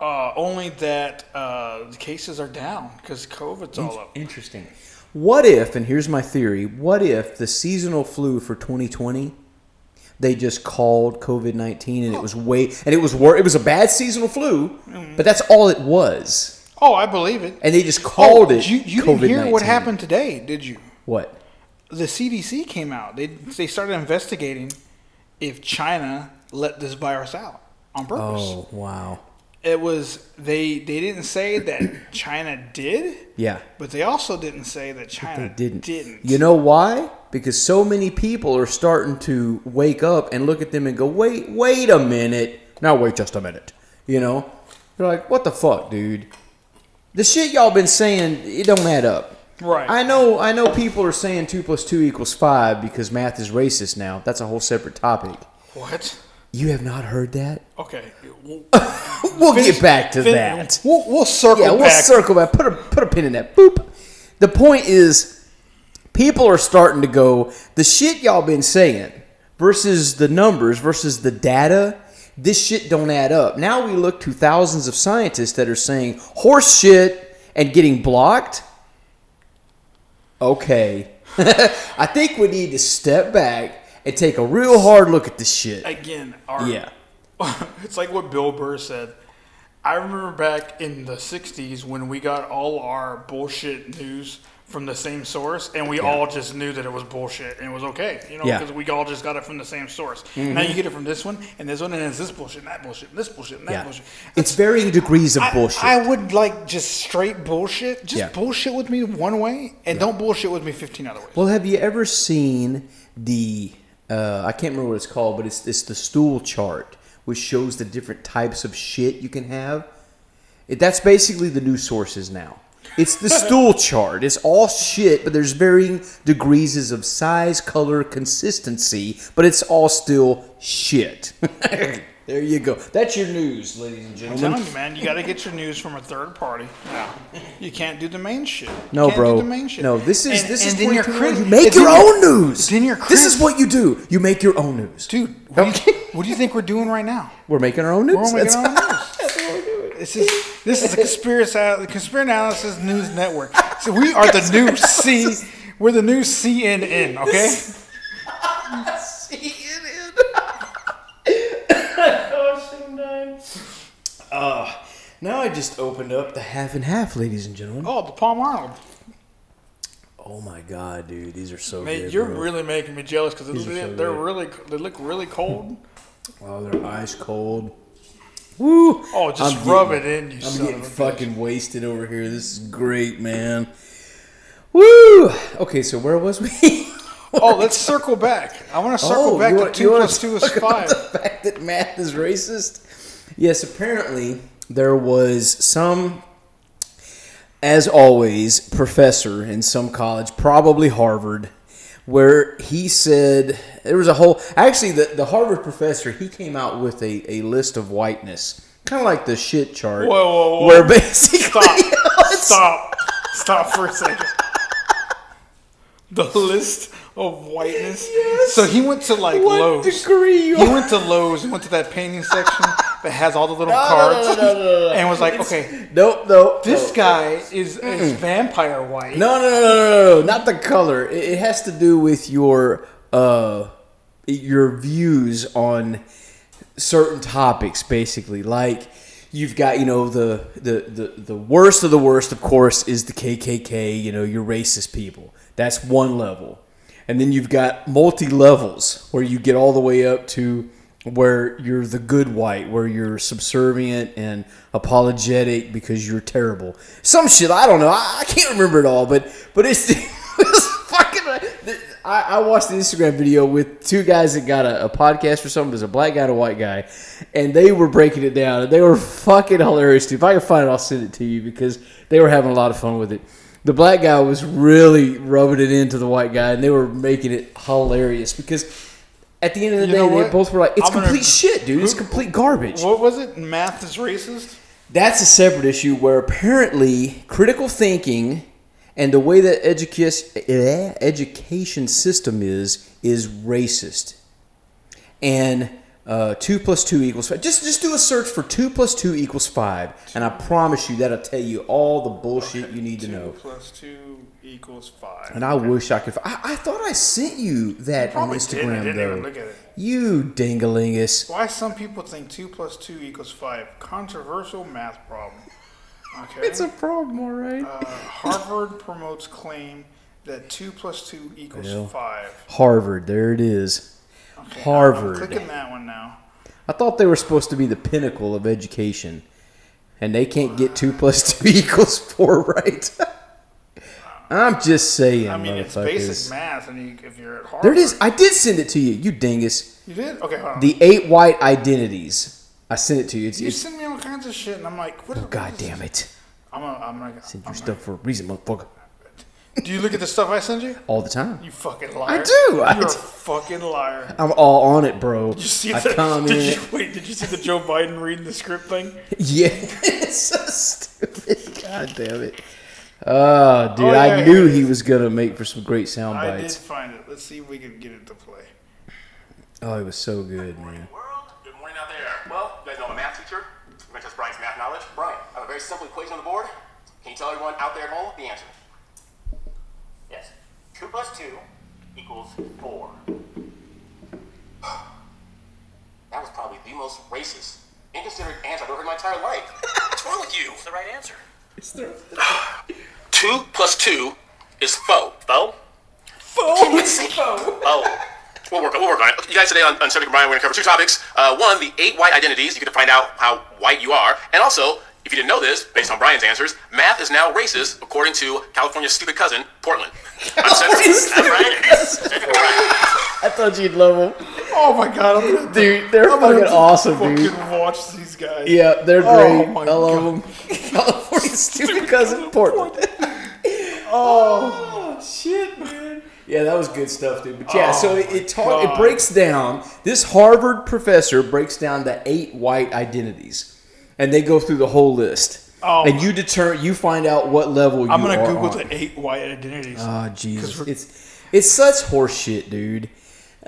Uh, only that uh, the cases are down because COVID's all up.
Interesting. What if, and here's my theory, what if the seasonal flu for 2020 they just called COVID 19 and it was way, and it was wor- it was a bad seasonal flu, but that's all it was.
Oh, I believe it.
And they just called
Mm. Oh,
it
You, you didn't hear what
COVID-19.
happened today, did you?
What?
The CDC came out. They they started investigating if China let this virus out on purpose.
Oh, wow.
It was they they didn't say that China did,
Yeah.
but they also didn't say that China
They didn't.
Didn't
You know why? Because so many people are starting to wake up and look at them and go, wait, wait a minute. Now wait just a minute. You know? They're like, what the fuck, dude? The shit y'all been saying, it don't add up.
Right.
I know I know people are saying two plus two equals five because math is racist now. That's a whole separate topic.
what?
You have not heard that?
Okay, we'll,
We'll get back to
fin-
that.
We'll, we'll circle
yeah, we'll
back.
circle back. Put a put a pin in that. Boop. The point is, people are starting to go. The shit y'all been saying versus the numbers versus the data. This shit don't add up. Now we look to thousands of scientists that are saying horse shit and getting blocked. Okay, I think we need to step back and take a real hard look at this shit.
again. Our,
Yeah.
it's like what Bill Burr said. I remember back in the '60s when we got all our bullshit news from the same source, and we all just knew that it was bullshit and it was okay, you know,
Yeah. Mm-hmm.
because we all just got it from the same source. Now you get it from this one and this one, and it's this bullshit, and that bullshit, and this bullshit, and that
Yeah,
bullshit.
it's varying degrees of
I-
bullshit.
I, would like just straight bullshit. Just
Yeah.
bullshit with me one way, and don't bullshit with me 15 other ways.
Well, have you ever seen the? Uh, I can't remember what it's called, but it's it's the stool chart, which shows the different types of shit you can have. It, that's basically the news sources now. It's the stool chart. It's all shit, but there's varying degrees of size, color, consistency, but it's all still shit. there you go. That's your news, ladies and
I'm
gentlemen.
telling you, man, you got to get your news from a third party. No, you can't do the main shit. You
No,
can't
bro.
Do the main shit.
No, this is
And-
this
and
is
then you're
2021.
crit-
You make
it's
your
in
own news.
Then you're
this is
crit-
what you do. You make your own news,
dude. What, do you, what do you think we're doing right now?
We're making our own news.
We're only
That's-
getting our own news. This is this is the conspiracy conspiracy analysis news network. So we are the new C. We're the new CNN. Okay.
Now I just opened up the half and half, ladies and gentlemen. Oh,
Oh, the Palm Arnold.
my god, dude, these are so
Hey,
good.
you're
bro.
really making me jealous because
These are so
they're
good.
really they look really cold.
oh, they're ice cold. Woo!
Oh, just
I'm
rub
getting-
it in, you
I'm
son
getting
of a bitch.
fucking wasted over here. This is great, man. Woo! Okay, so where was we?
Oh, let's circle back. I want to circle
Oh,
back
you
to
want-
two
you wanna
plus two is
talk about
five.
The fact that math is racist. Yes, apparently there was some, as always, professor in some college, probably Harvard, where he said there was a whole. Actually, the, the Harvard professor he came out with a, a list of whiteness, kind of like the shit chart.
Whoa, whoa, whoa.
Where basically,
Stop. Stop. Stop for a second. The list of whiteness.
Yes.
So he went to like
what
Lowe's.
degree you
He went to Lowe's and went to that painting section that has all the little cards and was like, okay,
Nope, nope.
this
nope.
guy is, is vampire white.
Mm. No, no, no, no, no, no, not the color. It, it has to do with your uh, your views on certain topics, basically. Like you've got, you know, the the the the worst of the worst, of course, is the KKK. You know, your racist people. That's one level, and then you've got multi levels where you get all the way up to where you're the good white, where you're subservient and apologetic because you're terrible. Some shit I don't know. I, I can't remember it all, but but it's, it's fucking. I, I watched an Instagram video with two guys that got a, a podcast or something. There's a black guy and a white guy, and they were breaking it down, and they were fucking hilarious. Dude, if I can find it, I'll send it to you because they were having a lot of fun with it. The black guy was really rubbing it into the white guy, and they were making it hilarious because. At the end of the
You know
day, they
what?
both were like, "It's
I'm gonna-
complete shit, dude. It's complete garbage."
What was it? Math is racist?
That's a separate issue where apparently critical thinking And the way that education education system is is racist. And uh, two plus two equals five. Just just do a search for two plus two equals five, and I promise you that'll tell you all the bullshit you need to know.
Plus two equals five.
And I wish I could. I, I thought I sent you that on
probably did. I
Instagram
didn't
though.
even look at it.
You dingalingus.
Why some people think two plus two equals five? Controversial math problem. Okay.
It's a problem, all right.
uh, Harvard promotes claim that two plus two equals
Well.
five.
Harvard, there it is.
Okay, I'm-
Harvard.
I'm clicking that one now.
I thought they were supposed to be the pinnacle of education, and they can't get two plus two equals four right. I'm just saying,
I mean, it's
motherfuckers.
basic math, and you, if you're at Harvard,
There it is. I did send it to you, you dingus.
You did? Okay, hold on.
The eight white identities. I sent it to you. It's,
you
it's
send me all kinds of shit, and I'm like, what?
God damn Oh, it.
I'm, a, I'm like,
Send
I'm
your stuff for a reason, motherfucker.
like- do you look at the stuff I send you?
All the time.
You fucking liar.
I do, I
You're a
do.
fucking liar.
I'm all on it, bro.
Did you see
I
the,
comment.
Did you, wait, did you see the Joe Biden reading the script thing?
Yeah, it's so stupid. God damn it. Oh, dude,
Oh, yeah,
I
yeah,
knew
yeah.
he was gonna make for some great sound
I did
bites.
find it. Let's see if we can get it to play.
Oh, it was so good, man.
World, good morning out there. Well, you guys know I'm a math teacher. That's just Brian's math knowledge. Brian, I have a very simple equation on the board. Can you tell everyone out there at home the answer? Yes. Two plus two equals four. That was probably the most racist, inconsiderate answer I've ever heard in my entire life. What's wrong with you? It's the right answer. It's the. two plus two is four. Four? Oh. We'll work, on, we'll work on it. You guys, today on, on Cedric and Brian, we're going to cover two topics. Uh, one, the eight white identities. You get to find out how white you are. And also, if you didn't know this, based on Brian's answers, math is now racist, according to California's stupid cousin, Portland. I'm Cedric. I'm Brian. Cedric and Brian.
I thought you'd love them,
Oh my god, I'm gonna
dude. They're
I'm gonna
fucking
have to
awesome,
fucking
dude.
watch these guys.
Yeah, they're
Oh
great.
my
I love them. California stupid cousin Portland.
Oh, shit, man. Oh
Yeah, that was good stuff, dude. But yeah, so it it, ta-
God.
it breaks down. This Harvard professor breaks down the eight white identities, and they go through the whole list.
Oh.
and you deter you find out what level you
I'm gonna
are
Google
on.
the eight white identities.
Oh Jesus, it's it's such horseshit, dude.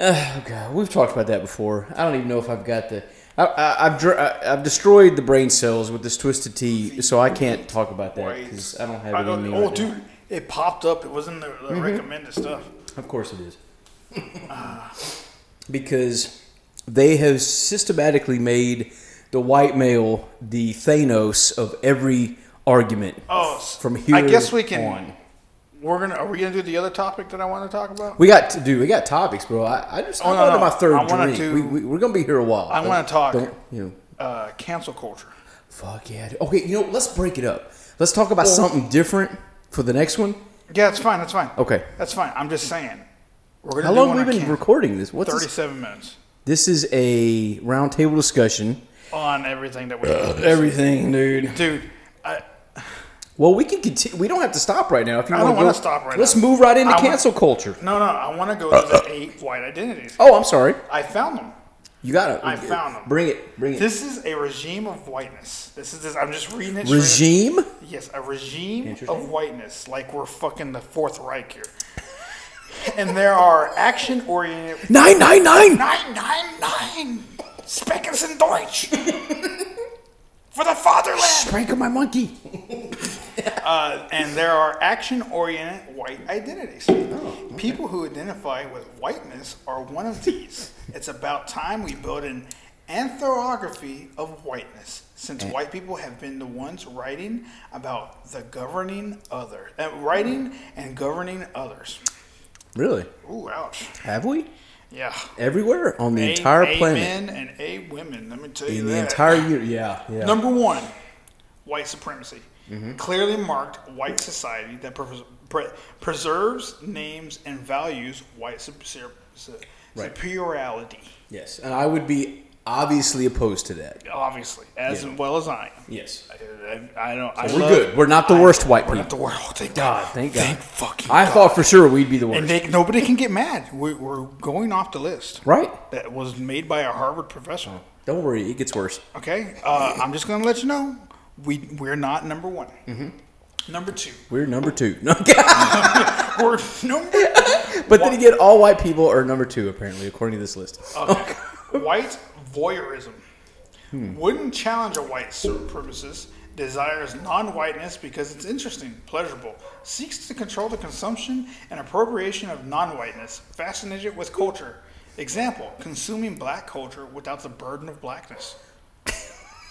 Oh God, we've talked about that before. I don't even know if I've got the. I, I, I've dr- I, I've destroyed the brain cells with this twisted tea, so I can't talk about that
White.
because I don't have
I
it in
don't-
me.
oh,
right now.
dude, it popped up. It was in the, the
Mm-hmm.
recommended stuff.
Of course it is. because they have systematically made the white male the Thanos of every argument.
Oh, s-
from here
I guess we can.
on.
We're gonna. Are we gonna do the other topic that I want to talk about?
We got to do. We got topics, bro. I, I just.
Oh,
I'm
no,
on to
no.
my third
I wanna
drink.
do-
we, we, we're gonna be here a while.
I
Don't-
wanna talk.
Don't you know?
Uh, cancel culture.
Fuck yeah. dude. Okay, you know, let's break it up. Let's talk about something different for the next one.
Yeah, it's fine. That's fine.
Okay.
That's fine. I'm just saying. We're gonna.
How
do
long
one
we
on
been
can-
recording this? What's this?
Thirty-seven minutes
this is a roundtable discussion.
on everything that we.
Uh, Everything, dude.
Dude, I,
Well, we can continue. We don't have to stop right now. If you
I don't
want
want
to
to stop right
Let's
now.
move right into
I wanna-
cancel culture.
no, no. I want to go to the eight white identities.
Uh, Oh, I'm sorry.
I found them.
You got it.
I found 'em.
Bring it. Bring it.
This is a regime of whiteness. This is this. I'm just reading it. straight-
regime.
Yes, a regime of
Interesting.
whiteness, like we're fucking the Fourth Reich here. and there are action-oriented
Nine nine nine.
nine nine nine Speckens in Deutsch for the fatherland.
Frank of my monkey.
Uh, and there are action-oriented white identities.
Oh,
People who identify with whiteness are one of these. it's about time we build an anthropography of whiteness, since
Eh.
white people have been the ones writing about the governing other, uh, writing and governing others.
Really?
Ooh, ouch.
Have we?
Yeah.
Everywhere on the
A-
entire
a
planet.
men and a women. Let me tell you
In
that.
the entire year. Yeah. Yeah. Mm-hmm.
Number one, white supremacy. Clearly marked white society that pres- pre- preserves, names, and values white sup- ser- su-
Right.
superiority,
Yes. And I would be obviously opposed to that.
obviously, as
Yeah.
well as I am.
Yes.
I- I, I don't. I
we're
love-
good. We're not the worst white
We're
people.
not the world. Thank
God,
God.
thank God.
Thank fucking
I
God.
thought for sure we'd be the worst.
And they, nobody can get mad. We, we're going off the list.
right? Oh.
That was made by a Harvard professor.
Don't worry. It gets worse.
Okay, uh, I'm just gonna let you know we we're not number one.
Mm-hmm.
Number two.
We're number two. No,
Or number
but then again, all white people are number two apparently, according to this list.
Okay. Hmm. white voyeurism. Wouldn't challenge a white supremacist. Desires non-whiteness because it's interesting, pleasurable. Seeks to control the consumption and appropriation of non-whiteness. Fascinated with culture. Example: consuming black culture without the burden of blackness.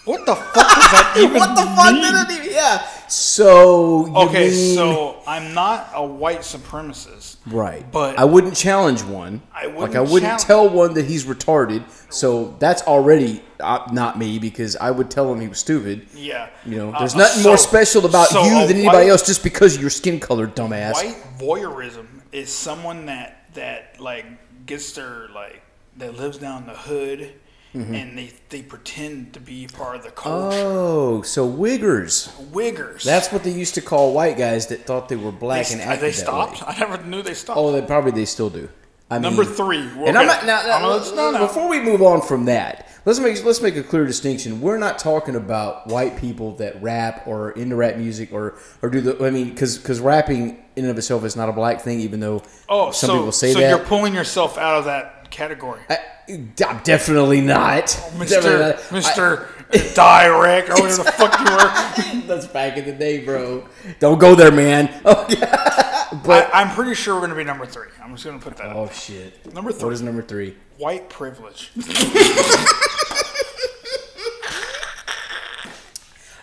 What the fuck does that even
what the fuck
mean?
did it even? Yeah. So you
Okay,
mean-
so I'm not a white supremacist.
right,
But
I wouldn't challenge one.
I
like
wouldn't
I wouldn't
challenge-
tell one that he's retarded. So that's already uh, not me because I would tell him he was stupid.
yeah.
You know,
Uh,
there's nothing
so-
more special about
so
you
a
than anybody
white-
else just because of your skin color, dumbass.
White voyeurism is someone that that like gets their like that lives down the hood and they they pretend to be part of the culture.
Mm-hmm. Oh, so wiggers.
Wiggers.
That's what they used to call white guys that thought they were
they,
black and
st-
acted
they
that way.
stopped. I never knew they stopped.
Oh, they probably they still do. I
Number
mean-
three.
And I'm not now, now,
I'm not- no, no.
before we move on from that, let's make let's make a clear distinction. We're not talking about white people that rap or are into rap music or or do the I mean cuz cuz rapping in and of itself is not a black thing even though
oh,
some
so,
people say
so
that.
you're pulling yourself out of that category.
I, am definitely not. Definitely
Mr.
not.
Mr. Direct or whatever the fuck you were.
I- that's back in the day, bro. Don't go there, man. Oh,
I, I'm pretty sure we're gonna be number three. I'm just gonna put that.
Oh,
up.
shit.
Number
What
three,
is number 3?
white privilege.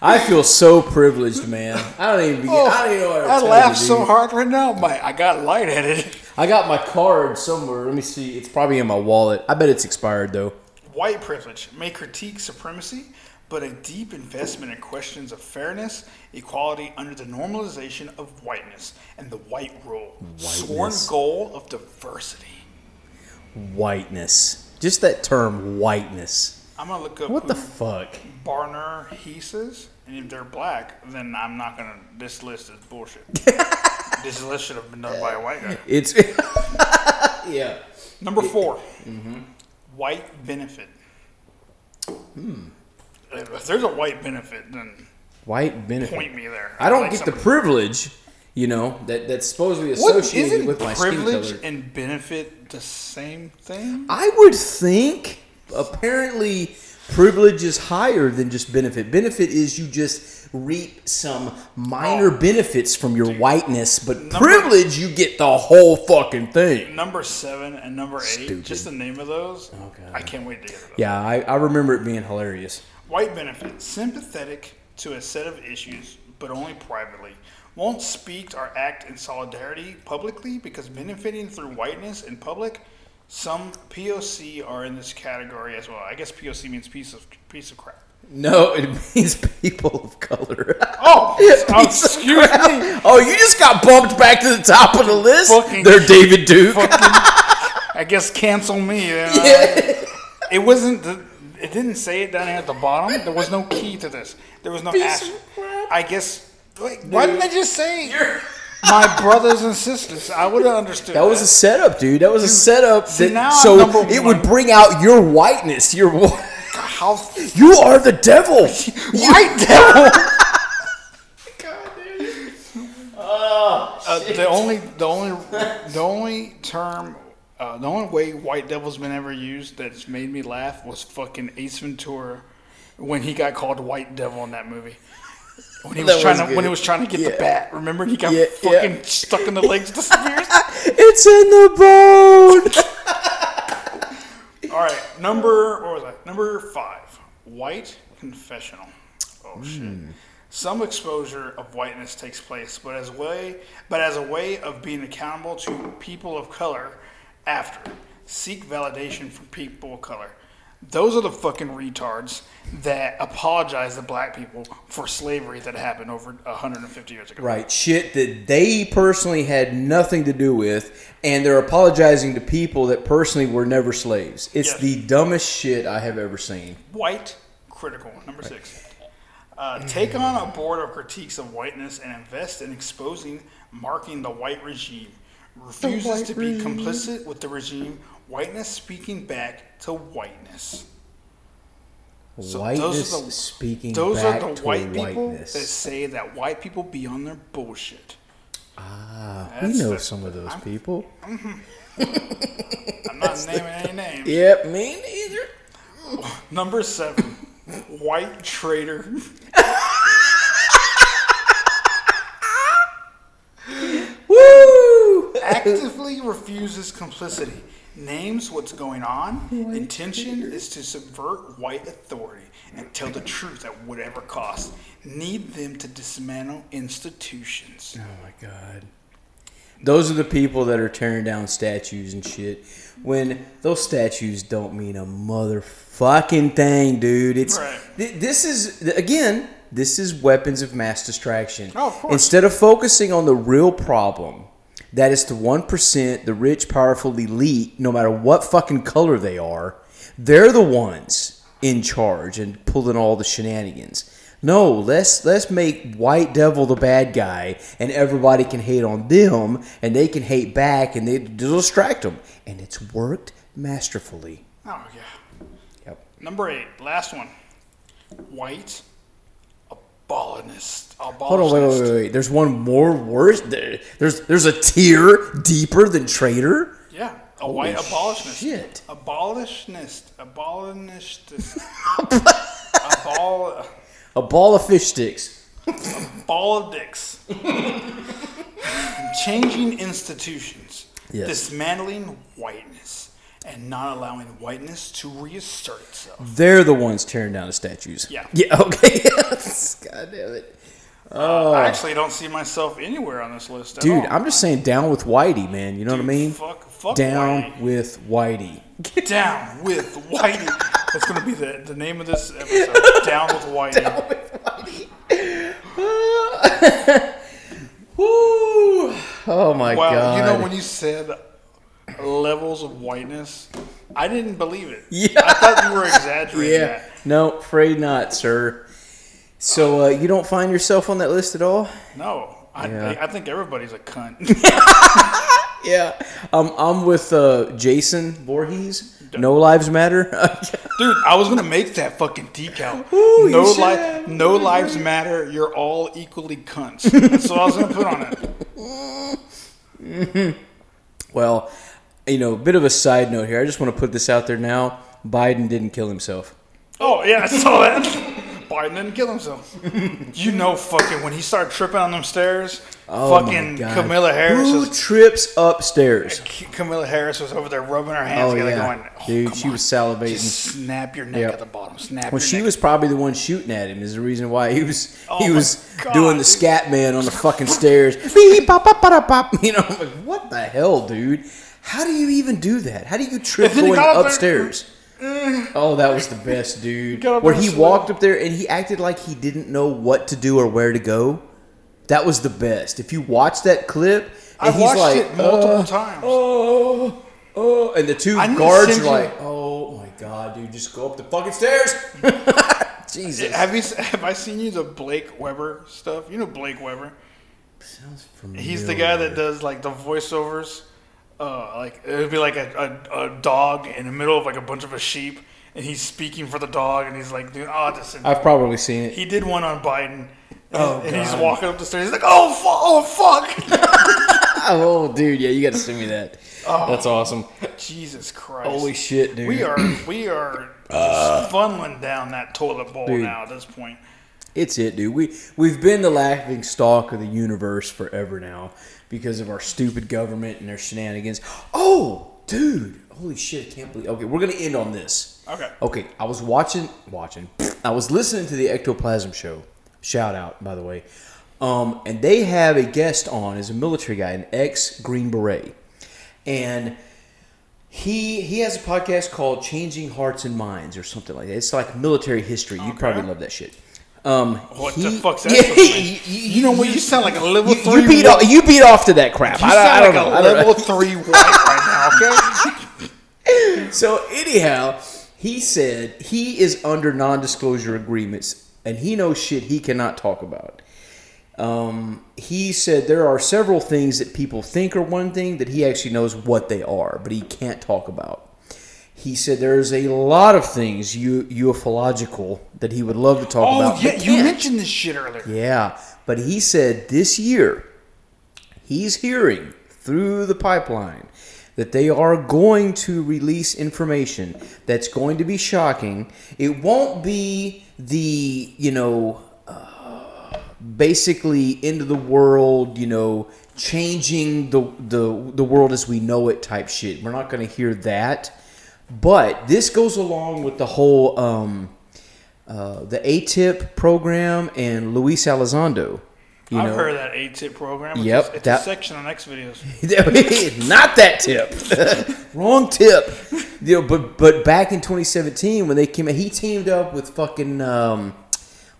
I feel so privileged, man. I don't even. Begin, I don't even know what to
Oh, I
tell you,
laughed so
dude.
hard right now. My, I got lightheaded.
I got my card somewhere. Let me see. It's probably in my wallet. I bet it's expired though.
White privilege may critique supremacy, but a deep investment in questions of fairness, equality under the normalization of whiteness and the white rule, sworn
Whiteness.
goal of diversity.
Whiteness. Just that term, whiteness.
I'm gonna look up
What
who
the fuck?
Barner Heese is, and if they're black, then I'm not gonna. This list is bullshit. this list should have been done by a white guy.
It's yeah.
Number 4
Mm-hmm.
white benefit.
Hmm.
If if there's a white benefit, then
White benefit.
point me there.
I don't
Like
get the
some-
privilege. You know that that's supposedly
What
associated
isn't
with my skin
privilege
color.
and benefit the same thing?
I would think apparently privilege is higher than just benefit. Benefit is you just reap some minor benefits from your whiteness, but privilege you get the whole fucking thing.
Number seven and number eight,
Stupid. Oh,
just the name of those.
God.
I can't wait to get to those.
Yeah, I, I remember it being hilarious.
White benefit, sympathetic to a set of issues, but only privately. Won't speak or act in solidarity publicly because benefiting through whiteness in public. Some POC are in this category as well. I guess POC means piece of piece of crap.
No, it means people of color.
Oh,
Piece of
excuse me.
oh, you just got bumped back to the top of the list.
Fucking-
They're David Duke.
I guess cancel me. then. It wasn't. The, it didn't say it down here at the bottom. There was no key to this. There was no.
Piece
action.
of crap.
I guess. Wait, why
Dude.
didn't I just say my brothers and sisters? I would have understood.
That was a setup, dude. That was a setup.
see,
that-
now I'm
so
number
it
one.
would bring out your whiteness. Your wh-
how
you are the devil.
white devil. Uh, the only, the only, the only term, uh, the only way white devil's been ever used that's made me laugh was fucking Ace Ventura when he got called white devil in that movie. When he was
That
trying
was
to, when he
good.
was trying to get
Yeah.
the bat, remember he got
Yeah, yeah.
fucking stuck in the legs with the spears.
It's in the bone.
All right, number what was that? Number five, white confessional. Oh shit. Some exposure of whiteness takes place, but as way, but as a way of being accountable to people of color, after seek validation from people of color. Those are the fucking retards that apologize to black people for slavery that happened over 150 years ago.
Right, shit that they personally had nothing to do with, and they're apologizing to people that personally were never slaves. It's
Yes.
the dumbest shit I have ever seen.
White critical number six. Uh, take on a board of critiques of whiteness and invest in exposing, marking the white regime. Refuses to be complicit with the regime. Whiteness speaking back to whiteness. So
whiteness
those are the-
speaking
Those
back
are the
to
white people that
whiteness.
say that white people be on their bullshit.
ah, we
That's
know
the-
some of those
I'm-
people.
I'm not naming any names.
Yep, me neither.
Number seven, white traitor.
Woo!
actively refuses complicity, names what's going on. Intention is to subvert white authority and tell the truth at whatever cost. Need them to dismantle institutions.
Oh my god. Those are the people that are tearing down statues and shit. When those statues don't mean a motherfucking thing, dude. It's
Right.
th- this is th- again, this is weapons of mass distraction.
Oh, of course.
Instead of focusing on the real problem, that is the one percent, the rich, powerful elite, no matter what fucking color they are, they're the ones in charge and pulling all the shenanigans. No, let's let's make White Devil the bad guy, and everybody can hate on them, and they can hate back, and they they'll distract them, and it's worked masterfully.
Oh, yeah.
Yep.
Number eight, last one. White abolitionist.
Hold on, wait, wait, wait, wait. There's one more worse. There, there's there's a tier deeper than traitor.
Yeah, a white abolitionist.
shit.
Abolitionist. Abolitionist. Abol.
A ball of fish sticks.
ball of dicks. Changing institutions,
Yes.
dismantling whiteness, and not allowing whiteness to reassert itself.
They're the ones tearing down the statues.
Yeah.
Yeah. Okay. God damn it,
I actually don't see myself anywhere on this list at
Uh. dude.
all.
I'm just saying, down with Whitey, man. You know what I mean?
fuck, fuck
down
Whitey.
with Whitey.
down with whitey. That's gonna be the, the name of this episode. down with whitey.
Woo! Oh my
wow,
god.
you know when you said levels of whiteness, I didn't believe it.
Yeah.
I thought you were exaggerating.
yeah.
that.
No, afraid not, sir. So uh, you don't find yourself on that list at all?
No, I,
Yeah.
I, I think everybody's a cunt.
Yeah. Um, I'm with uh, Jason Voorhees. No lives matter.
Dude, I was gonna make that fucking decal.
Ooh, you
no
should
li-
have.
no lives matter. You're all equally cunts. That's what I was gonna put on it.
well, you know, a bit of a side note here. I just want to put this out there now. Biden didn't kill himself.
Oh yeah, I saw that. Biden didn't kill himself. You know, fucking when he started tripping on them stairs,
Oh my
fucking
God.
Camilla Harris.
Who
Was,
trips upstairs?
Camilla Harris was over there rubbing her hands
Oh
together,
yeah,
going, oh,
dude,
come
she
on.
was salivating.
Just snap your neck
Yep.
at the bottom. Snap.
well,
your
she
neck.
was probably the one shooting at him. Is the reason why he was
Oh
he
my
was
God,
doing the
dude.
scat man on the fucking stairs. Beep, pop, pop, pop, pop. You know, I'm like, what the hell, dude? How do you even do that? How do you trip
And then he
going
got up there-
upstairs? Oh, that was the best, dude.
got up
Where
there
he
and
walked up there and he acted like he didn't know what to do or where to go. That was the best. If you watch that clip,
I
and he's
watched
like,
it multiple
"Uh,
times.
oh, oh, and the two
I need to
guards
send
are
you-
like, oh my god, dude, just go up the fucking stairs. Jesus,
Have you se- have I seen you the Blake Weber stuff? You know Blake Weber.
sounds familiar.
He's the guy that does like the voiceovers. Uh, like it would be like a, a, a dog in the middle of like a bunch of a sheep, and he's speaking for the dog, and he's like, "Dude, oh, this."
I've probably seen it.
he did one on Biden, and,
Oh,
and he's
God.
walking up the stairs. He's like, "Oh, fu- oh, fuck!"
Oh, dude, yeah, you got to send me that. That's awesome.
Jesus Christ!
Holy shit, dude. Uh,
We are we are just funneling down that toilet bowl
Dude.
now at this point.
It's it, dude. We we've been the laughing stock of the universe forever now because of our stupid government and their shenanigans. Oh, dude. Holy shit, I can't believe okay, we're gonna end on this.
Okay.
Okay, I was watching watching. I was listening to the Ectoplasm show. Shout out, by the way. Um, and they have a guest on is a military guy, an ex Green Beret. And he he has a podcast called Changing Hearts and Minds or something like that. It's like military history. You probably love that shit. Um,
Oh, What
he-
the fuck's that
Yeah,
supposed to mean?
you,
You know what? You sound like a level
you,
three.
you beat
white-
off, you beat off to that crap.
You
I, don't- I
sound
don't know.
like
I
a
don't know.
level three white right now. Okay.
So anyhow, he said he is under non-disclosure agreements, and he knows shit he cannot talk about. Um, he said there are several things that people think are one thing that he actually knows what they are, but he can't talk about. He said there's a lot of things u- ufological that he would love to talk
Oh
about. but
yeah, you
can't.
mentioned this shit earlier.
Yeah, but he said this year he's hearing through the pipeline that they are going to release information that's going to be shocking. It won't be the, you know, uh, basically end of the world, you know, changing the the the world as we know it type shit. We're not going to hear that. But this goes along with the whole um uh, the ATIP program and Luis Elizondo. You
I've
know,
heard of that A tip program. It's,
Yep,
it's
that-
a section on X videos.
not that tip. Wrong tip. You know, but but back in 2017 when they came out, he teamed up with fucking um,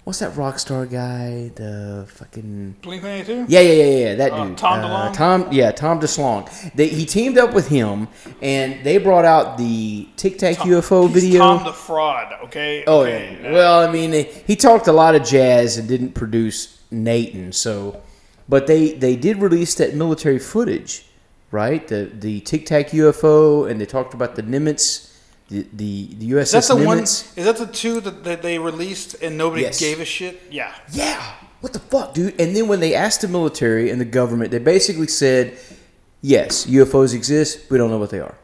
what's that rock star guy? The fucking
Blink 182?
Yeah, yeah, yeah, yeah. That
Uh,
dude,
Tom
Uh,
DeLonge?
Tom, yeah, Tom DeSlong. They, he teamed up with him, and they brought out the Tic Tac UFO
He's
video.
Tom the fraud. Okay.
oh
okay. uh,
yeah. Well, I mean, he talked a lot of jazz and didn't produce Nathan. So, but they they did release that military footage, right? The the Tic Tac UFO, and they talked about the Nimitz, the the, the USS
Is that the
Nimitz.
one? Is that the two that, that they released and nobody
Yes.
gave a shit? Yeah.
yeah, what the fuck, dude? And then when they asked the military and the government, they basically said, yes, UFOs exist, we don't know what they are.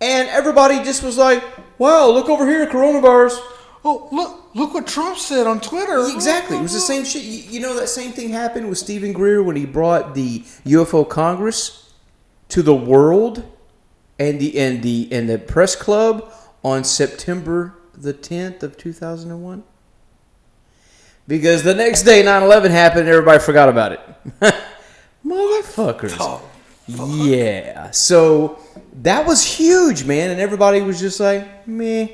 And everybody just was like, wow, look over here, coronavirus.
Oh look! Look what Trump said on Twitter.
Exactly. It was the same shit. You, you know, that same thing happened with Stephen Greer when he brought the UFO Congress to the world and the and the and the press club on September the 10th of 2001. Because the next day 9/11 happened and everybody forgot about it. Motherfuckers. Yeah. So that was huge, man, and everybody was just like, meh,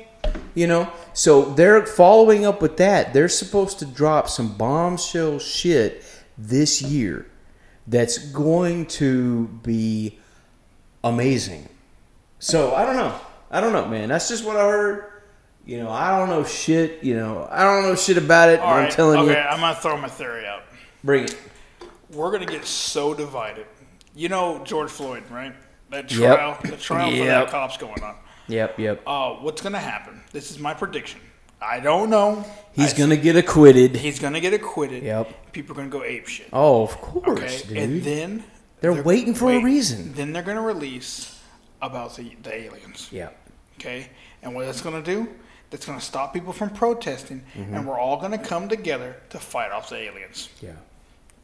you know. So they're following up with that. They're supposed to drop some bombshell shit this year that's going to be amazing. So I don't know. I don't know, man. That's just what I heard. You know, I don't know shit. You know, I don't know shit about it. but
All right.
I'm telling
okay,
you,
I'm gonna throw my theory out.
bring it.
We're gonna get so divided. You know George Floyd, right? That trial, the trial for
Yep.
that cop's going on.
Yep, yep.
Uh, what's gonna happen? This is my prediction. I don't know.
He's
I-
gonna get acquitted.
He's gonna get acquitted.
Yep.
People are gonna go ape shit.
Oh, of course,
Okay,
dude.
and then
They're waiting for a reason.
Then they're gonna release about the, the aliens.
yeah.
Okay, and what that's gonna do? That's gonna stop people from protesting,
Mm-hmm.
and we're all gonna come together to fight off the aliens.
Yeah.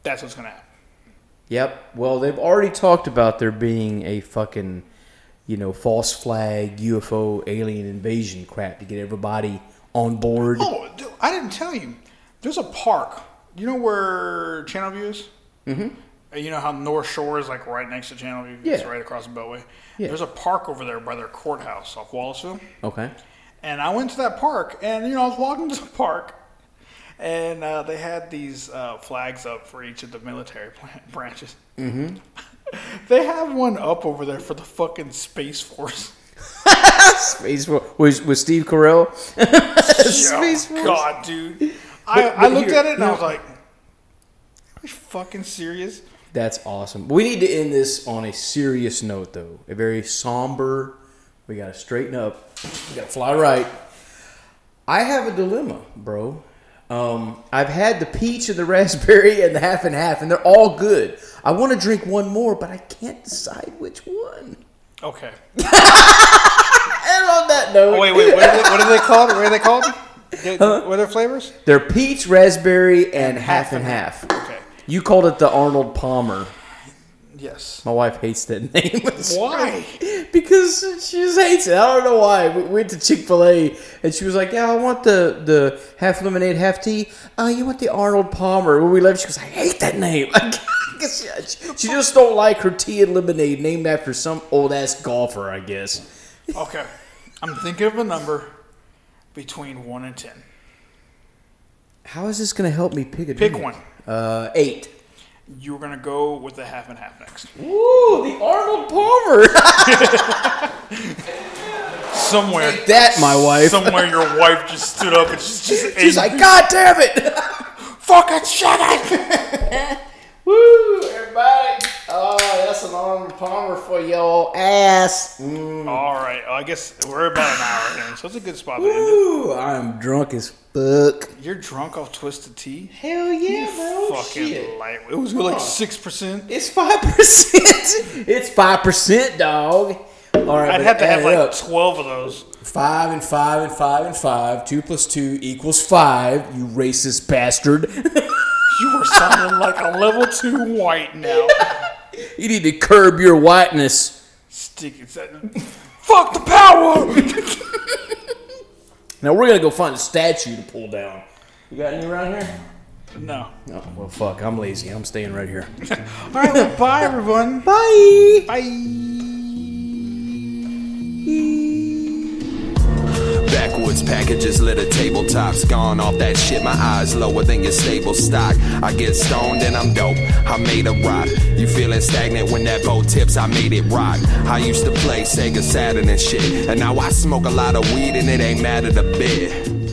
That's what's gonna happen.
Yep. Well, they've already talked about there being a fucking, you know, false flag UFO alien invasion crap to get everybody on board.
Oh, dude, I didn't tell you. There's a park. You know where Channel View is? Mm-hmm. You know how North Shore is like right next to Channel View. It's
Yeah.
right across the Beltway.
Yeah.
There's a park over there by their courthouse off Wallaceville.
Okay.
And I went to that park, and you know, I was walking to the park, and uh, they had these uh, flags up for each of the military plan- branches. Mm-hmm. they have one up over there for the fucking space force.
Space Force was was Steve Carell. Space
oh,
Force.
God, dude. I,
But-
I
but
looked
here-
at it and I
no.
was like, "Are you fucking serious?"
That's awesome. We need to end this on a serious note, though. A very somber. We got to straighten up. We got to fly right. I have a dilemma, bro. Um, I've had the peach and the raspberry and the half and half, and they're all good. I want to drink one more, but I can't decide which one.
Okay.
And on that note,
Oh, wait, wait. What are they, what are they called? What are they called? They- What are their flavors?
they're peach, raspberry, and half and half.
Okay.
You called it the Arnold Palmer.
Yes.
My wife hates that name.
Why?
because she just hates it. I don't know why. We went to Chick Fil A and she was like, "Yeah, I want the the half lemonade, half tea. Uh, you want the Arnold Palmer?" When we left, she goes, "I hate that name." Like, 'cause she, she just don't like her tea and lemonade named after some old ass golfer, I guess.
Okay. I'm thinking of a number between one and ten.
How is this gonna help me pick a
Pick
drink?
one.
Uh, eight.
You're gonna go with the half and half next.
Ooh, the Arnold Palmer.
Somewhere,
that my wife.
somewhere, your wife just stood up and she's just
She's like, "God damn it!"
"Fucking shut up!"
Woo, everybody! Oh, that's an Arnold Palmer for your ass. Mm.
All right. Well, I guess we're about an hour in, so it's a good spot to end
Ooh, I'm drunk as fuck.
it. You're drunk off Twisted Tea?
Hell yeah, bro.
Fucking
Shit.
light. It was like 6%.
It's five percent. It's five percent, dog. All right,
I'd
but
have to
add
have
it
like
up.
12 of those.
five and five and five and five. Two plus two equals five. You racist bastard.
You were sounding like a level 2 white now.
you need to curb your whiteness.
Stick it. Fuck the power!
Now we're gonna go find a statue to pull down. You got any around here?
no.
No. Well, fuck. I'm lazy. I'm staying right here.
All right. Well, bye, everyone.
Bye.
Backwoods packages litter tabletops. Gone off that shit, my eyes lower than your stable stock. I get stoned and I'm dope. I made a rock. You feeling stagnant when that boat tips? I made it rock. I used to play Sega Saturn and shit, and now I smoke a lot of weed and it ain't mattered a bit.